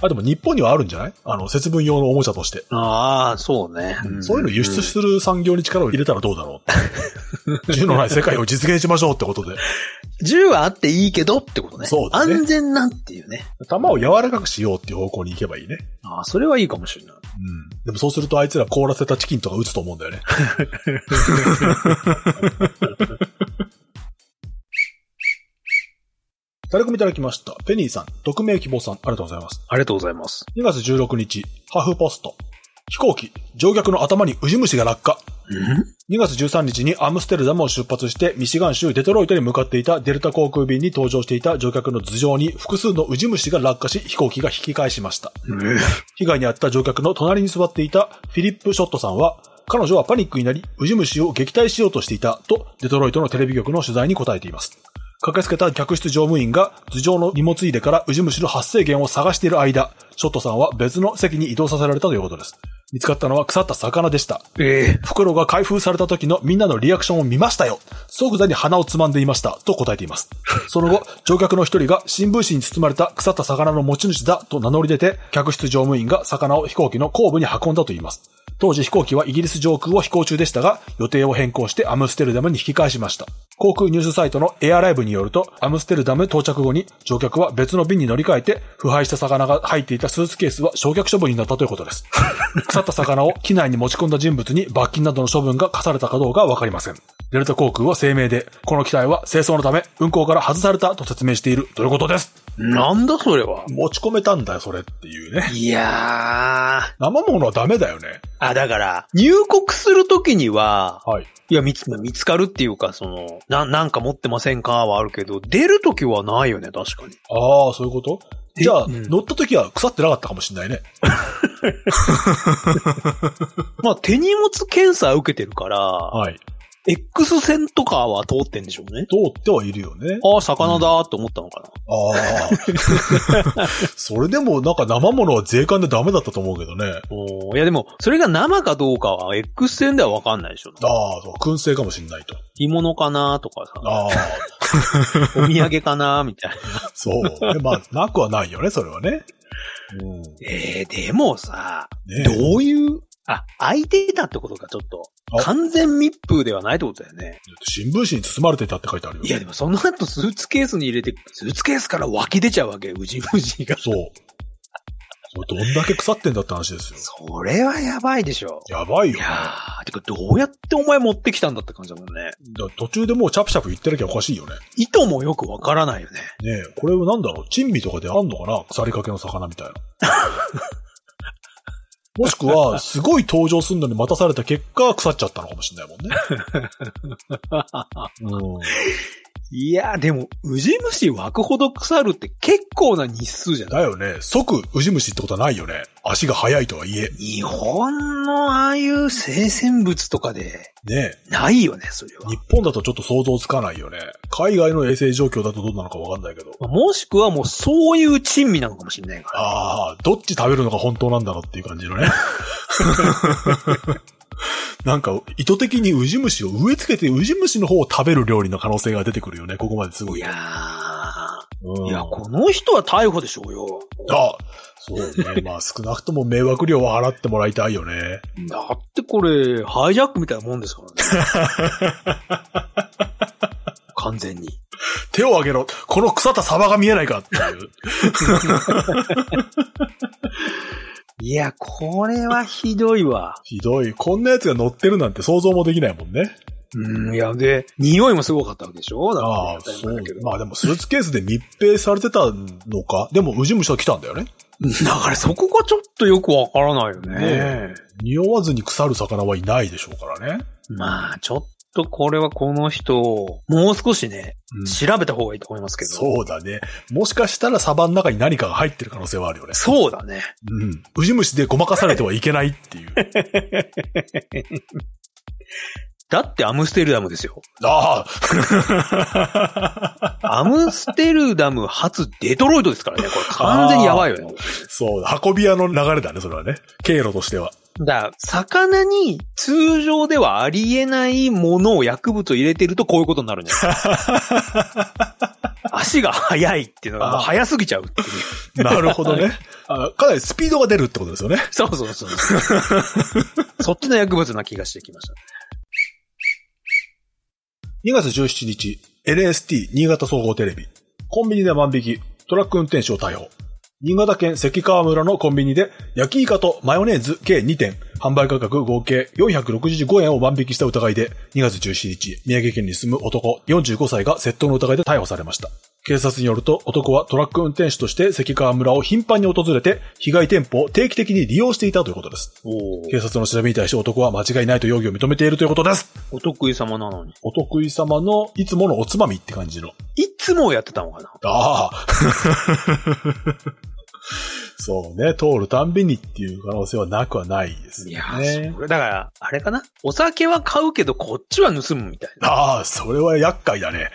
Speaker 1: あ、でも日本にはあるんじゃないあの、節分用のおもちゃとして。
Speaker 2: ああ、そうね。
Speaker 1: そういうの輸出する産業に力を入れたらどうだろう <laughs> って。銃のない世界を実現しましょうってことで。
Speaker 2: 銃はあっていいけどってことね。
Speaker 1: そうだね
Speaker 2: 安全なっていうね。
Speaker 1: 弾を柔らかくしようっていう方向に行けばいいね。
Speaker 2: ああ、それはいいかもしれない。
Speaker 1: うん。でもそうするとあいつら凍らせたチキンとか撃つと思うんだよね。誰組いただきました。ペニーさん、匿名希望さん、ありがとうございます。
Speaker 2: ありがとうございます。
Speaker 1: 2月16日、ハーフポスト。飛行機、乗客の頭にウジ虫が落下。2月13日にアムステルダムを出発して、ミシガン州デトロイトに向かっていたデルタ航空便に搭乗していた乗客の頭上に複数のウジ虫が落下し、飛行機が引き返しました。
Speaker 2: うん
Speaker 1: 被害に遭った乗客の隣に座っていたフィリップ・ショットさんは、彼女はパニックになり、ウジ虫を撃退しようとしていたと、デトロイトのテレビ局の取材に答えています。駆けつけた客室乗務員が頭上の荷物入れからウジ虫の発生源を探している間、ショットさんは別の席に移動させられたということです。見つかったのは腐った魚でした。
Speaker 2: ええ
Speaker 1: 袋が開封された時のみんなのリアクションを見ましたよ即座に鼻をつまんでいましたと答えています。その後、乗客の一人が新聞紙に包まれた腐った魚の持ち主だと名乗り出て、客室乗務員が魚を飛行機の後部に運んだと言います。当時飛行機はイギリス上空を飛行中でしたが、予定を変更してアムステルダムに引き返しました。航空ニュースサイトのエアライブによると、アムステルダム到着後に乗客は別の便に乗り換えて、腐敗した魚が入っていたスーツケースは焼却処分になったということ <laughs> です。腐った魚を機内に持ち込んだ人物に罰金などの処分が課されたかどうかはわかりません。デルタ航空は声明で、この機体は清掃のため運航から外されたと説明しているということです。
Speaker 2: なんだそれは。
Speaker 1: 持ち込めたんだよ、それっていうね。
Speaker 2: いやー。
Speaker 1: <laughs> 生物はダメだよね。
Speaker 2: あ、だから、入国するときには、
Speaker 1: はい。
Speaker 2: いや、見つ、見つかるっていうか、その、な、なんか持ってませんかはあるけど、出るときはないよね、確かに。
Speaker 1: ああ、そういうことじゃあ、
Speaker 2: うん
Speaker 1: 乗った時は腐ってなかったかもしれないね。
Speaker 2: まあ、手荷物検査受けてるから、
Speaker 1: はい。
Speaker 2: X 線とかは通ってんでしょうね。
Speaker 1: 通ってはいるよね。
Speaker 2: ああ、魚だーって思ったのかな。
Speaker 1: ああ。 <laughs> それでもなんか生物は税関でダメだったと思うけどね。
Speaker 2: おーいや、でも、それが生かどうかは、X 線ではわかんないでしょ。
Speaker 1: ああ、そう燻製かもしれないと。
Speaker 2: 干物かなーとかさ、
Speaker 1: ああ。
Speaker 2: お土産かなーみたいな。
Speaker 1: そう。でまあ、なくはないよね、それはね。うん。
Speaker 2: <laughs> えー、でもさ、
Speaker 1: ね
Speaker 2: どういう、あ、空いてたってことか、ちょっと。
Speaker 1: あ
Speaker 2: 完全密封ではないってことだよね。
Speaker 1: 新聞紙に包まれていたって書いてあるよ。
Speaker 2: いや、でもその後スーツケースに入れて、スーツケースから湧き出ちゃうわけ、うじうじが。
Speaker 1: そう。それどんだけ腐ってんだって話ですよ。
Speaker 2: それはやばいでしょ。
Speaker 1: やばい
Speaker 2: い
Speaker 1: よ。
Speaker 2: やー、てかどうやってお前持ってきたんだって感じだもんね。
Speaker 1: だ途中でもうチャプチャプ言ってなきゃおかしいよね。
Speaker 2: 意図もよくわからないよね。
Speaker 1: ねえ、これはなんだろう珍味とかであんのかな腐りかけの魚みたいな。 <laughs> もしくは、すごい登場するのに待たされた結果、腐っちゃったのかもしれないもんね。
Speaker 2: いやー、でも、ウジ虫湧くほど腐るって結構な日数じゃ
Speaker 1: だ
Speaker 2: ない
Speaker 1: よね。即、ウジ虫ってことはないよね。足が速いとはいえ。
Speaker 2: 日本のああいう生鮮物とかで、
Speaker 1: ねえ。
Speaker 2: ないよね、それは
Speaker 1: 日。本だとちょっと想像つかないよね。海外の衛生状況だとどうなのかわかんないけど。
Speaker 2: もしくはもうそういう珍味なのかもしれないから。
Speaker 1: ああ、どっち食べるのが本当なんだろうっていう感じの
Speaker 2: <laughs>
Speaker 1: ね。なんか、意図的にウジ虫を植え付けて、ウジ虫の方を食べる料理の可能性が出てくるよね。ここまですごい。
Speaker 2: いや
Speaker 1: う
Speaker 2: ー。
Speaker 1: ん
Speaker 2: いや、この人は逮捕でしょうよ。
Speaker 1: あそうね。まあ、少なくとも迷惑料は払ってもらいたいよね。
Speaker 2: だってこれ、ハイジャックみたいなもんですからね。 <laughs> 完全に。
Speaker 1: 手を挙げろこの腐ったサバが見えないかってい
Speaker 2: <laughs>
Speaker 1: う。
Speaker 2: <laughs> いや、これはひどいわ。
Speaker 1: ひどい。こんなやつが乗ってるなんて想像もできないもんね。
Speaker 2: うん、いや、で、匂いもすごかったわけでしょだから
Speaker 1: ああ、
Speaker 2: 当たり
Speaker 1: そ
Speaker 2: 前
Speaker 1: う
Speaker 2: だけ。ど
Speaker 1: まあでもスーツケースで密閉されてたのか。でも、ウジ虫は来たんだよね。
Speaker 2: だからそこがちょっとよくわからないよね
Speaker 1: ね。匂わずに腐る魚はいないでしょうからね。
Speaker 2: まあ、ちょっとこれはこの人を、もう少しね、
Speaker 1: うん
Speaker 2: 調べた方がいいと思いますけど。
Speaker 1: そうだね。もしかしたらサバの中に何かが入ってる可能性はあるよね。
Speaker 2: そうだね。
Speaker 1: うん。ウジ虫でごまかされてはいけないって
Speaker 2: <laughs>
Speaker 1: いう。
Speaker 2: だってアムステルダムですよ。
Speaker 1: ああ
Speaker 2: アムステルダム初デトロイトですからね。これ完全にやばいよね。
Speaker 1: <laughs> そうだ。運び屋の流れだね、それはね。経路としては。
Speaker 2: だから、魚に通常ではありえないものを薬物を入れてるとこういうことにな <laughs> るんじゃない足が速いっていうのがもう
Speaker 1: あー
Speaker 2: 速すぎちゃうっていう。
Speaker 1: なるほど
Speaker 2: <laughs>
Speaker 1: ね。あかなりスピードが出るってことですよね。
Speaker 2: そうそうそうそう。 <laughs> そっちの薬物な気がしてきました。
Speaker 1: 2月17日、LST 新潟総合テレビ。コンビニで万引き、トラック運転手を逮捕。新潟県関川村のコンビニで、焼きイカとマヨネーズ計2点、販売価格合計465円を万引きした疑いで、2月17日、宮城県に住む男45歳が窃盗の疑いで逮捕されました。警察によると、男はトラック運転手として関川村を頻繁に訪れて、被害店舗を定期的に利用していたということです。
Speaker 2: お
Speaker 1: 警察の調べに対して男は間違いないと容疑を認めているということです。
Speaker 2: お得意様なのに。
Speaker 1: お得意様のいつものおつまみって感じの。
Speaker 2: いつもやってたのかな
Speaker 1: あ
Speaker 2: <laughs>
Speaker 1: あ。そうね、通るたんびにっていう可能性はなくはないですね。
Speaker 2: いやー、それだから、あれかなお酒は買うけど、こっちは盗むみたいな。
Speaker 1: ああ、それは厄介だ
Speaker 2: <laughs>
Speaker 1: ね。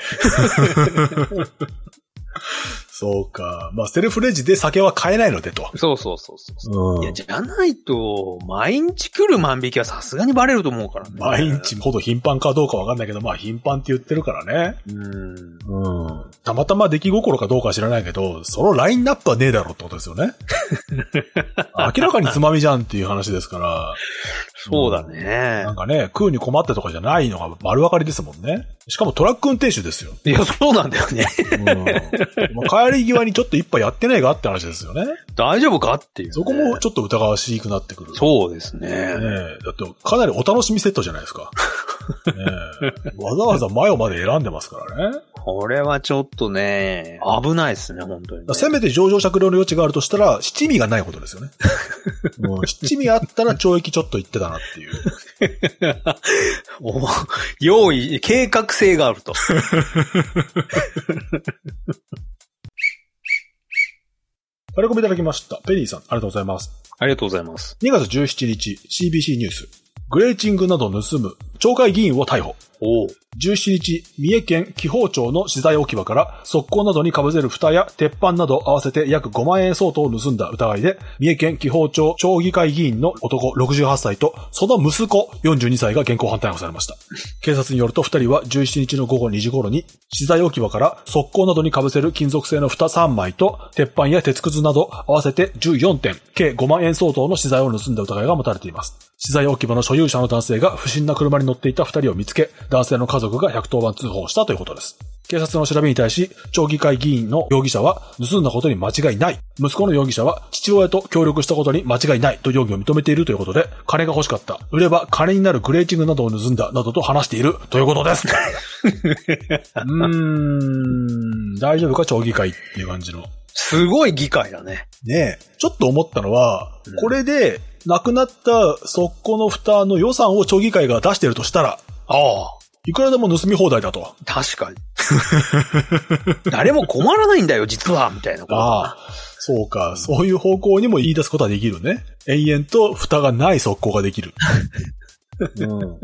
Speaker 1: そうか。まあ、セルフレジで酒は買えないのでと。
Speaker 2: そうそうそうそうそう。
Speaker 1: う
Speaker 2: いや、
Speaker 1: ん。
Speaker 2: じゃないと、毎日来る万引きはさすがにバレると思うからね。
Speaker 1: 毎日。ほど頻繁かどうかわかんないけど、まあ頻繁って言ってるからね。
Speaker 2: うん。
Speaker 1: うん。たまたま出来心かどうかは知らないけど、そのラインナップはねえだろってことですよ
Speaker 2: <laughs>
Speaker 1: ね。明らかにつまみじゃんっていう話ですから。
Speaker 2: そうだ
Speaker 1: うん。
Speaker 2: ね
Speaker 1: な。んかね、食うに困ってとかじゃないのが丸分かりですもんね。しかもトラック運転手ですよ。
Speaker 2: いや、そうなんだよね。 <laughs>
Speaker 1: うんまあ帰り際にちょっと一杯やってないかって話ですよね。
Speaker 2: 大丈夫かっていうね、
Speaker 1: そこもちょっと疑わしくなってくる。
Speaker 2: そうです
Speaker 1: ね
Speaker 2: ね。
Speaker 1: えだって、かなりお楽しみセットじゃないですか。ねえわざわざ前をまで選んでますからね。
Speaker 2: これはちょっとね、危ないですね、本当にね、
Speaker 1: せめて上場酌量の余地があるとしたら、七味がないことですよね。うん七味あったら懲役ちょっといってたなっていう。
Speaker 2: お用意、計画性があると。
Speaker 1: タレコミいただきました。ペリーさん、ありがとうございます。
Speaker 2: ありがとうございます。
Speaker 1: 2月17日、CBC ニュース。グレーチングなど盗む、町会議員を逮捕。
Speaker 2: おう
Speaker 1: 17日、三重県紀宝町の資材置き場から、側溝などに被せる蓋や鉄板など合わせて約5万円相当を盗んだ疑いで、三重県紀宝町町議会議員の男68歳と、その息子42歳が現行犯逮捕されました。警察によると2人は17日の午後2時頃に、資材置き場から側溝などに被せる金属製の蓋3枚と、鉄板や鉄くずなど合わせて14点、計5万円相当の資材を盗んだ疑いが持たれています。資材置き場の所有者の男性が不審な車に乗っていた2人を見つけ、男性の家族が110番通報したということです。警察の調べに対し、町議会議員の容疑者は、盗んだことに間違いない。息子の容疑者は、父親と協力したことに間違いないと容疑を認めているということで、金が欲しかった。売れば金になるグレーチングなどを盗んだ、などと話しているということです。うーん、大丈夫か、町議会っていう感じの。
Speaker 2: すごい議会だね。
Speaker 1: ねえ、ちょっと思ったのは、
Speaker 2: うん
Speaker 1: これで、亡くなった側溝の蓋の予算を町議会が出しているとしたら、
Speaker 2: ああ。
Speaker 1: いくらでも盗み放題だと。
Speaker 2: 確かに。 <laughs> 誰も困らないんだよ、実は、みたいなこと。
Speaker 1: ああ、そうか、そういう方向にも言い出すことはできるね。延々と蓋がない速攻ができる。うん、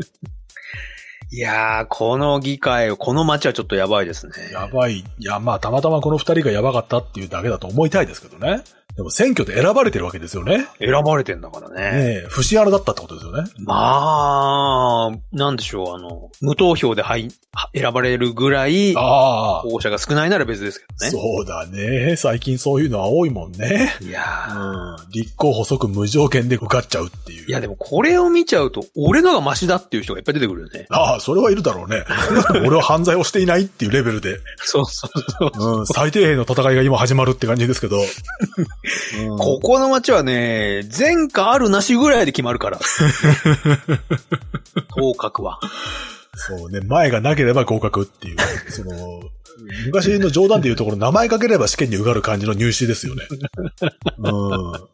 Speaker 2: いやー、この議会、この街はちょっとやばいですね。
Speaker 1: やばい。いや、まあ、たまたまこの二人がやばかったっていうだけだと思いたいですけどね。でも選挙で選ばれてるわけですよね。
Speaker 2: 選ばれてんだからね。
Speaker 1: ねえ、節穴だったってことですよね。
Speaker 2: まあ、なんでしょう、あの、無投票ではいは選ばれるぐらい、候
Speaker 1: ああ、
Speaker 2: 補者が少ないなら別ですけどね。
Speaker 1: そうだね。最近そういうのは多いもんね。
Speaker 2: いやー。
Speaker 1: うん立候補即無条件で受かっちゃうっていう。。
Speaker 2: いや、でもこれを見ちゃうと、俺のがマシだっていう人がいっぱい出てくるよね
Speaker 1: ああ、それはいるだろうね。 <laughs> 俺は犯罪をしていないっていうレベルで、
Speaker 2: <laughs> そうそうそう。
Speaker 1: うん、 <laughs> 最低限の戦いが今始まるって感じですけど。うん
Speaker 2: ここの街はね、前科あるなしぐらいで決まる <laughs> から。当確は。
Speaker 1: そうね、前がなければ合格っていう、その、昔の冗談で言うところ、名前かければ試験に受かる感じの入試 <laughs> ですよね。うん。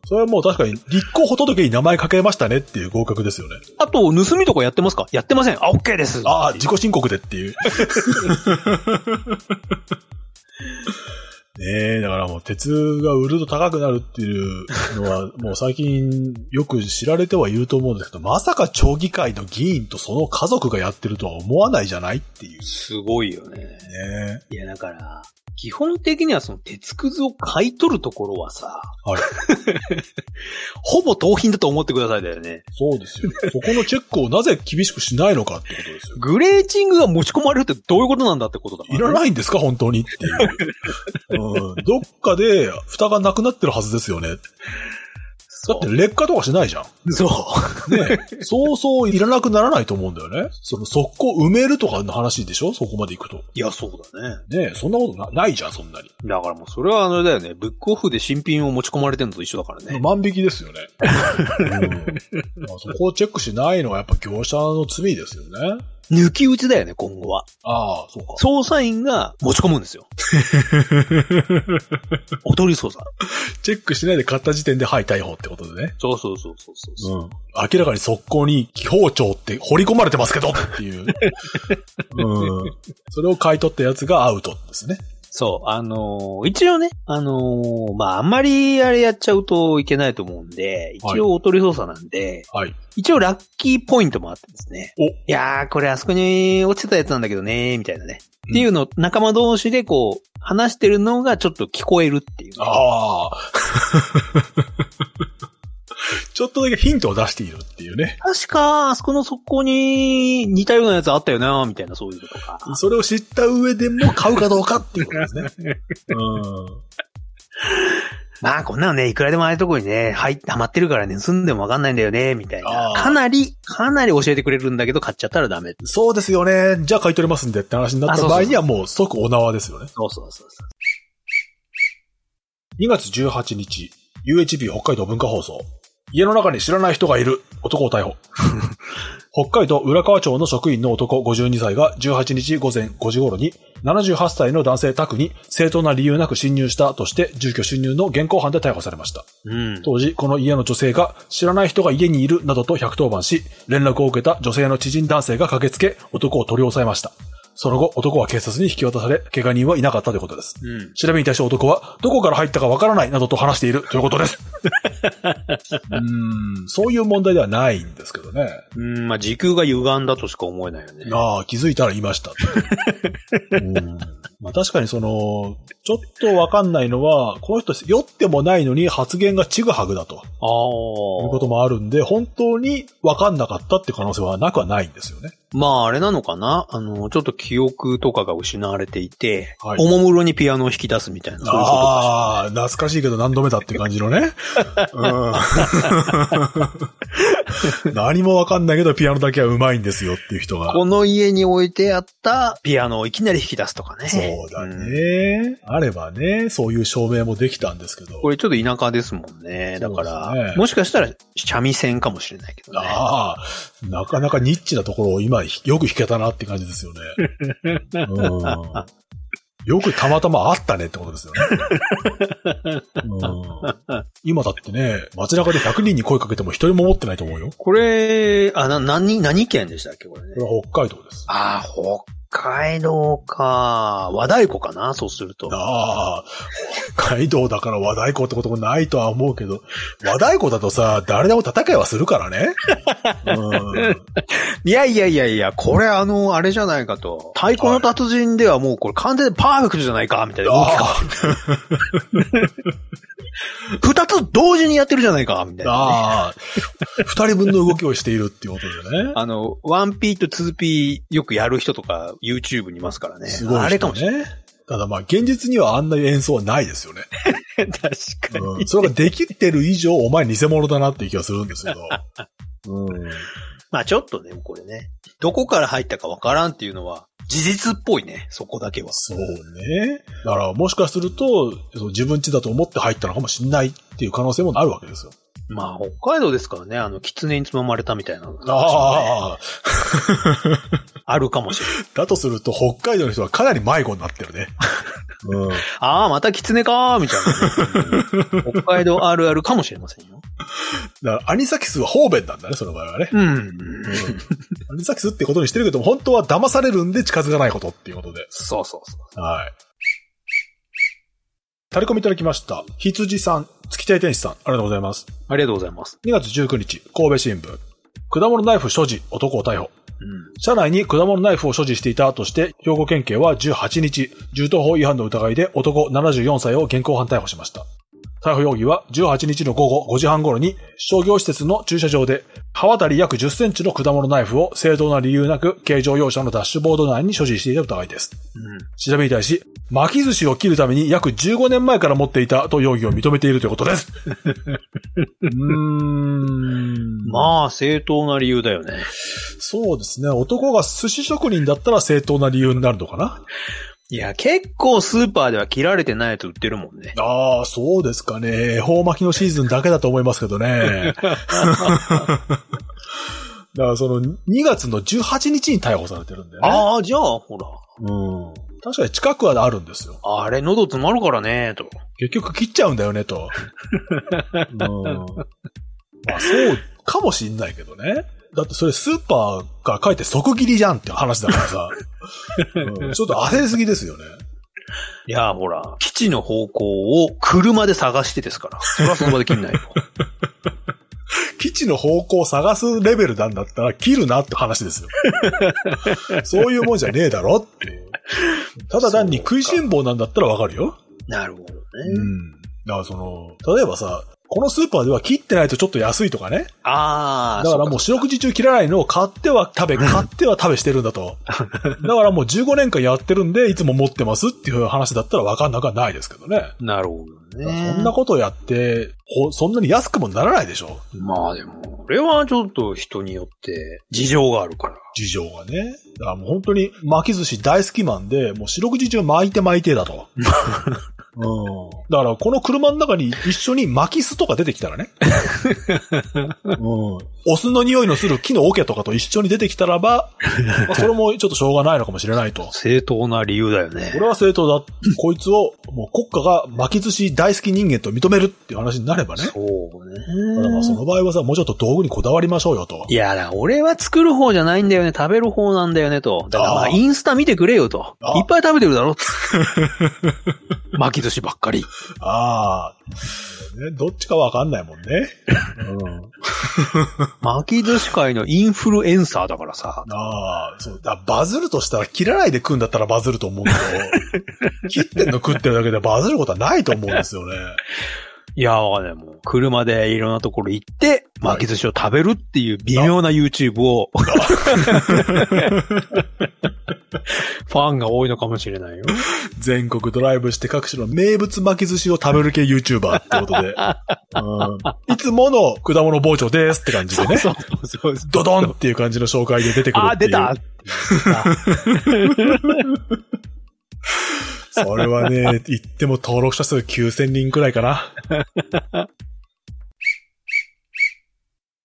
Speaker 1: それはもう確かに、立候補届に名前かけましたねっていう合格ですよね。
Speaker 2: あと、盗みとかやってますかやってません。あ、OK です。
Speaker 1: ああ、自己申告でって <laughs> いう。ねえ、だからもう鉄が売ると高くなるっていうのは、もう最近よく知られてはいると思うんですけど、まさか町議会の議員とその家族がやってるとは思わないじゃないっていう
Speaker 2: すごいよね。
Speaker 1: ね。
Speaker 2: いや、だから、基本的にはその鉄くずを買い取るところはさ、
Speaker 1: はい。
Speaker 2: <laughs> ほぼ盗品だと思ってくださいだよね。
Speaker 1: そうですよ。そこのチェックをなぜ厳しくしないのかってこと <laughs> ですよ。
Speaker 2: グレーチングが持ち込まれるってどういうことなんだってことだから
Speaker 1: い
Speaker 2: ね、
Speaker 1: らないんですか本当にっていう。うん、どっかで蓋がなくなってるはずですよね。だって劣化とかしないじゃん。
Speaker 2: そう。
Speaker 1: ねそうそういらなくならないと思うんだよね。その、速攻埋めるとかの話でしょそこまで行くと。
Speaker 2: いや、そうだね。
Speaker 1: ねそんなことなないじゃん、そんなに。
Speaker 2: だからもうそれはあれだよね。ブックオフで新品を持ち込まれてんのと一緒だからね。
Speaker 1: 万引きです <laughs> よね。うんまあそこをチェックしないのはやっぱ業者の罪ですよね。
Speaker 2: 抜き打ちだよね、今後は。
Speaker 1: ああ、そうか。
Speaker 2: 捜査員が持ち込むんで
Speaker 1: <laughs>
Speaker 2: すよ。おとり捜査。
Speaker 1: チェックしないで買った時点で、はい、逮捕ってことでね。
Speaker 2: そうそうそうそうそう
Speaker 1: う
Speaker 2: そ
Speaker 1: ん
Speaker 2: う、。
Speaker 1: 明らかに速攻に、気包丁って掘り込まれてますけどって <laughs> いう。うん。それを買い取ったやつがアウトですね。
Speaker 2: そう、あのー一応ね、あのーまあ、あんまりあれやっちゃうといけないと思うんで、
Speaker 1: はい
Speaker 2: 一応おとり捜査なんで、
Speaker 1: はい。
Speaker 2: 一応ラッキーポイントもあってですね。
Speaker 1: お
Speaker 2: いやー、これあそこに落ちてたやつなんだけどね、みたいなね。
Speaker 1: うん
Speaker 2: っていうのを仲間同士でこう、話してるのがちょっと聞こえるっていうね、
Speaker 1: ああ。 <laughs> ちょっとだけヒントを出しているっていうね。
Speaker 2: 確か、あそこの速攻に似たようなやつあったよな、みたいなそういうのとか。
Speaker 1: それを知った上でも買うかどうかっていうことですね。うん。
Speaker 2: まあ、こんなのね、いくらでもああいうとこにね、はい、ハマってるからね、盗んでもわかんないんだよね、みたいな
Speaker 1: あ。ー
Speaker 2: かなり、かなり教えてくれるんだけど、買っちゃったらダメ。
Speaker 1: そうですよね。じゃあ買い取れますんでって話になった場合にはもう即お縄ですよね。
Speaker 2: そうそうそうそう。
Speaker 1: 2月18日、UHB 北海道文化放送。家の中に知らない人がいる。男を逮捕。北海道浦河町の職員の男52歳が18日午前5時頃に78歳の男性宅に正当な理由なく侵入したとして住居侵入の現行犯で逮捕されました。
Speaker 2: うん。
Speaker 1: 当時、この家の女性が知らない人が家にいるなどと110番し、連絡を受けた女性の知人男性が駆けつけ、男を取り押さえました。その後、男は警察に引き渡され、怪我人はいなかったということです。
Speaker 2: うん。
Speaker 1: 調べに対して男は、どこから入ったかわからないなどと話しているということ <laughs> です。うーん、そういう問題ではないんですけどね。
Speaker 2: うん、まあ、時空が歪んだとしか思えないよね。
Speaker 1: ああ、気づいたらいました。うんまあ、確かにその、ちょっとわかんないのは、この人酔ってもないのに発言がちぐはぐだと。
Speaker 2: あ
Speaker 1: いうこと
Speaker 2: あ。
Speaker 1: もあるんで、本当に分かんなかったって可能性はなくはないんですよね。
Speaker 2: まあ、あれなのかなあの、ちょっと記憶とかが失われていて、
Speaker 1: はい
Speaker 2: おもむろにピアノを弾き出すみたいな、そういうことか
Speaker 1: ああ、懐かしいけど何度目だって感じのね。うん <laughs> 何も分かんないけどピアノだけは上手いんですよっていう人が。
Speaker 2: この家に置いてあったピアノをいきなり弾き出すとかね。
Speaker 1: そうだ
Speaker 2: ん
Speaker 1: ね。あればね、そういう証明もできたんですけど
Speaker 2: こ。れちょっと田舎ですもんね。だか
Speaker 1: そ
Speaker 2: ら、
Speaker 1: うですね
Speaker 2: もしかしたら三味線かもしれないけどね。
Speaker 1: ああ、なかなかニッチなところを今よく弾けたなって感じですよね。うんよくたまたまあったねってことですよね。うん今だってね、街中で100人に声かけても一人も持ってないと思うよ。
Speaker 2: これ、あ、な、何、何県でしたっけこれね
Speaker 1: こ。れは北海道です。
Speaker 2: あー、北海道か。和太鼓かなそうすると。
Speaker 1: ああ、北海道だから和太鼓ってこともないとは思うけど、和太鼓だとさ、誰でも叩けはするからね。
Speaker 2: <laughs>
Speaker 1: うん
Speaker 2: いやいやいやいや、これあの、あれじゃないかと。太鼓の達人ではもうこれ完全にパーフェクトじゃないかみたいな動きか。
Speaker 1: あ
Speaker 2: 二つ同時にやってるじゃないかみたい
Speaker 1: あ、
Speaker 2: なね、
Speaker 1: ああ二人分の動きをしているっていうことでね。
Speaker 2: あの、1P と 2P よくやる人とか YouTube にいますからね。
Speaker 1: すごい、ね。
Speaker 2: あれかもしれない。
Speaker 1: ない。ただまあ、現実にはあんな演奏はないですよね。
Speaker 2: <laughs> 確かに。
Speaker 1: うん、それができてる以上、お前偽物だなっていう気がするんですけど。うん。
Speaker 2: まあちょっとね、これね。どこから入ったかわからんっていうのは、事実っぽいね、そこだけは。
Speaker 1: そうね。だから、もしかすると、その自分家だと思って入ったのかもしれないっていう可能性もあるわけですよ。
Speaker 2: まあ北海道ですからね、あの、狐につままれたみたいなのが
Speaker 1: ああ。
Speaker 2: あるかもしれない。
Speaker 1: だとすると、北海道の人はかなり迷子になってるね。うん。
Speaker 2: ああ、また狐かー、みたい
Speaker 1: <laughs>
Speaker 2: なね、北海道あるあるかもしれませんよ。
Speaker 1: だから、アニサキスは方便なんだね、その場合はね。
Speaker 2: うん。
Speaker 1: アニサキスってことにしてるけども、本当は騙されるんで近づかないことっていうことで。
Speaker 2: そうそうそう。
Speaker 1: はい。タレコミいただきました。羊さん、月体天使さん、ありがとうございます。
Speaker 2: ありがとうございます。
Speaker 1: 2月19日、神戸新聞。果物ナイフ所持、男を逮捕。
Speaker 2: うん。
Speaker 1: 車内に果物ナイフを所持していたとして、兵庫県警は18日、銃刀法違反の疑いで男74歳を現行犯逮捕しました。逮捕容疑は18日の午後5時半頃に商業施設の駐車場で刃渡り約10センチの果物ナイフを正当な理由なく軽乗用車のダッシュボード内に所持していた疑いです。調べに対し、巻き寿司を切るために約15年前から持っていたと容疑を認めているということ
Speaker 2: <laughs>
Speaker 1: です。うーん。
Speaker 2: うん。まあ、正当な理由だよね。
Speaker 1: そうですね。男が寿司職人だったら正当な理由になるのかない
Speaker 2: や、結構スーパーでは切られてないと売ってるもんね。
Speaker 1: ああ、そうですかね。恵方巻きのシーズンだけだと思いますけどね。だからその2月の18日に逮捕されてるんだよね。
Speaker 2: ああ、じゃあ、ほら。
Speaker 1: うん。確かに近くはあるんですよ。
Speaker 2: あれ、喉詰まるからね、と。
Speaker 1: 結局切っちゃうんだよね、と。うん。まあそうかもしんないけどね。だってそれスーパーが書いて即切りじゃんって話だからさ。うんちょっと焦りすぎですよね。
Speaker 2: いや、ほら。基地の方向を車で探してですから。それはその場で切んないよ。
Speaker 1: 基地の方向を探すレベルなんだったら切るなって話 <laughs> ですよ。そういうもんじゃねえだろっていう。ただ単に食いしん坊なんだったらわかるよ。
Speaker 2: <laughs> なるほどね。
Speaker 1: うん。だからその、例えばさ、このスーパーでは切ってないとちょっと安いとかね。
Speaker 2: ああ、
Speaker 1: だからもう四六時中切らないのを買っては <laughs> 食べ、買っては食べしてるんだと。だからもう15年間やってるんで、いつも持ってますっていう話だったらわかんなくはないですけどね。
Speaker 2: う。なるほどね。
Speaker 1: そんなことやって、ほそんなに安くもならないでしょ
Speaker 2: まあでも、これはちょっと人によって事情があるから。
Speaker 1: 事情がね。だからもう本当に巻き寿司大好きマンで、もう四六時中巻いて巻いてだ <laughs> と。うん、だから、この車の中に一緒に巻き巣とか出てきたらね。うん。お酢の匂いのする木の桶とかと一緒に出てきたらば、まあそれもちょっとしょうがないのかもしれないと。
Speaker 2: 正当な理由だよね
Speaker 1: こ。れは正当だ。こいつを、もう国家が巻き寿司大好き人間と認めるっていう話になればね。
Speaker 2: そう
Speaker 1: だからまあそ
Speaker 2: ね。
Speaker 1: の場合はさ、もうちょっと道具にこだわりましょうよと。
Speaker 2: いや、だから俺は作る方じゃないんだよね。食べる方なんだよね、と。だからま
Speaker 1: あ
Speaker 2: あ、
Speaker 1: ー
Speaker 2: インスタ見てくれよ、と
Speaker 1: あ。ー
Speaker 2: いっぱい食べてる <laughs> だろ。巻き寿司ばっかり。
Speaker 1: ああ、ね。どっちかわかんないもんね。
Speaker 2: 巻き寿司界のインフルエンサーだからさ。
Speaker 1: ああ、そう。だバズるとしたら切らないで食うんだったらバズると思うけど、
Speaker 2: <laughs>
Speaker 1: 切ってんの食ってるだけでバズることはないと思うんですよね。
Speaker 2: いや、わかんない。もう、車でいろんなところ行って、巻き寿司を食べるっていう微妙な YouTube を、 <laughs> ファンが多いのかもしれないよ。
Speaker 1: 全国ドライブして各種の名物巻き寿司を食べる系 YouTuber ってことで。うん、いつもの果物包丁ですって感じでね。
Speaker 2: そうそうそう。
Speaker 1: ドドンっていう感じの紹介で出てくる
Speaker 2: あー、
Speaker 1: ってい
Speaker 2: 出
Speaker 1: う。
Speaker 2: た
Speaker 1: それはね、 <laughs> 言っても登録者数9000人くらいかな。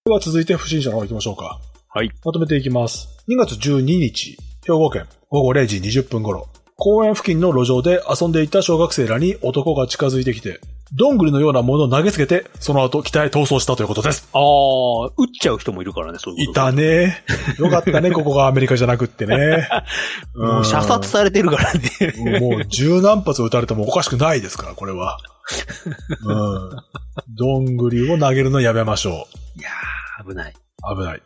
Speaker 1: では続いて不審者の方行きましょうか。
Speaker 2: はい。
Speaker 1: まとめていきます。2月12日、兵庫県午後0時20分頃、公園付近の路上で遊んでいた小学生らに男が近づいてきて、どんぐりのようなものを投げつけて、その後北へ逃走したということです。
Speaker 2: ああ、撃っちゃう人もいるからね、そういう
Speaker 1: い
Speaker 2: こと。
Speaker 1: た
Speaker 2: <laughs>
Speaker 1: ね。よかったね、ここがアメリカじゃなくってね。
Speaker 2: もう射殺されてるからね。
Speaker 1: もう十何発撃たれてもおかしくないですから、これは。うん。どんぐりを投げるのやめましょ
Speaker 2: いやー、危ない。
Speaker 1: う。危ない。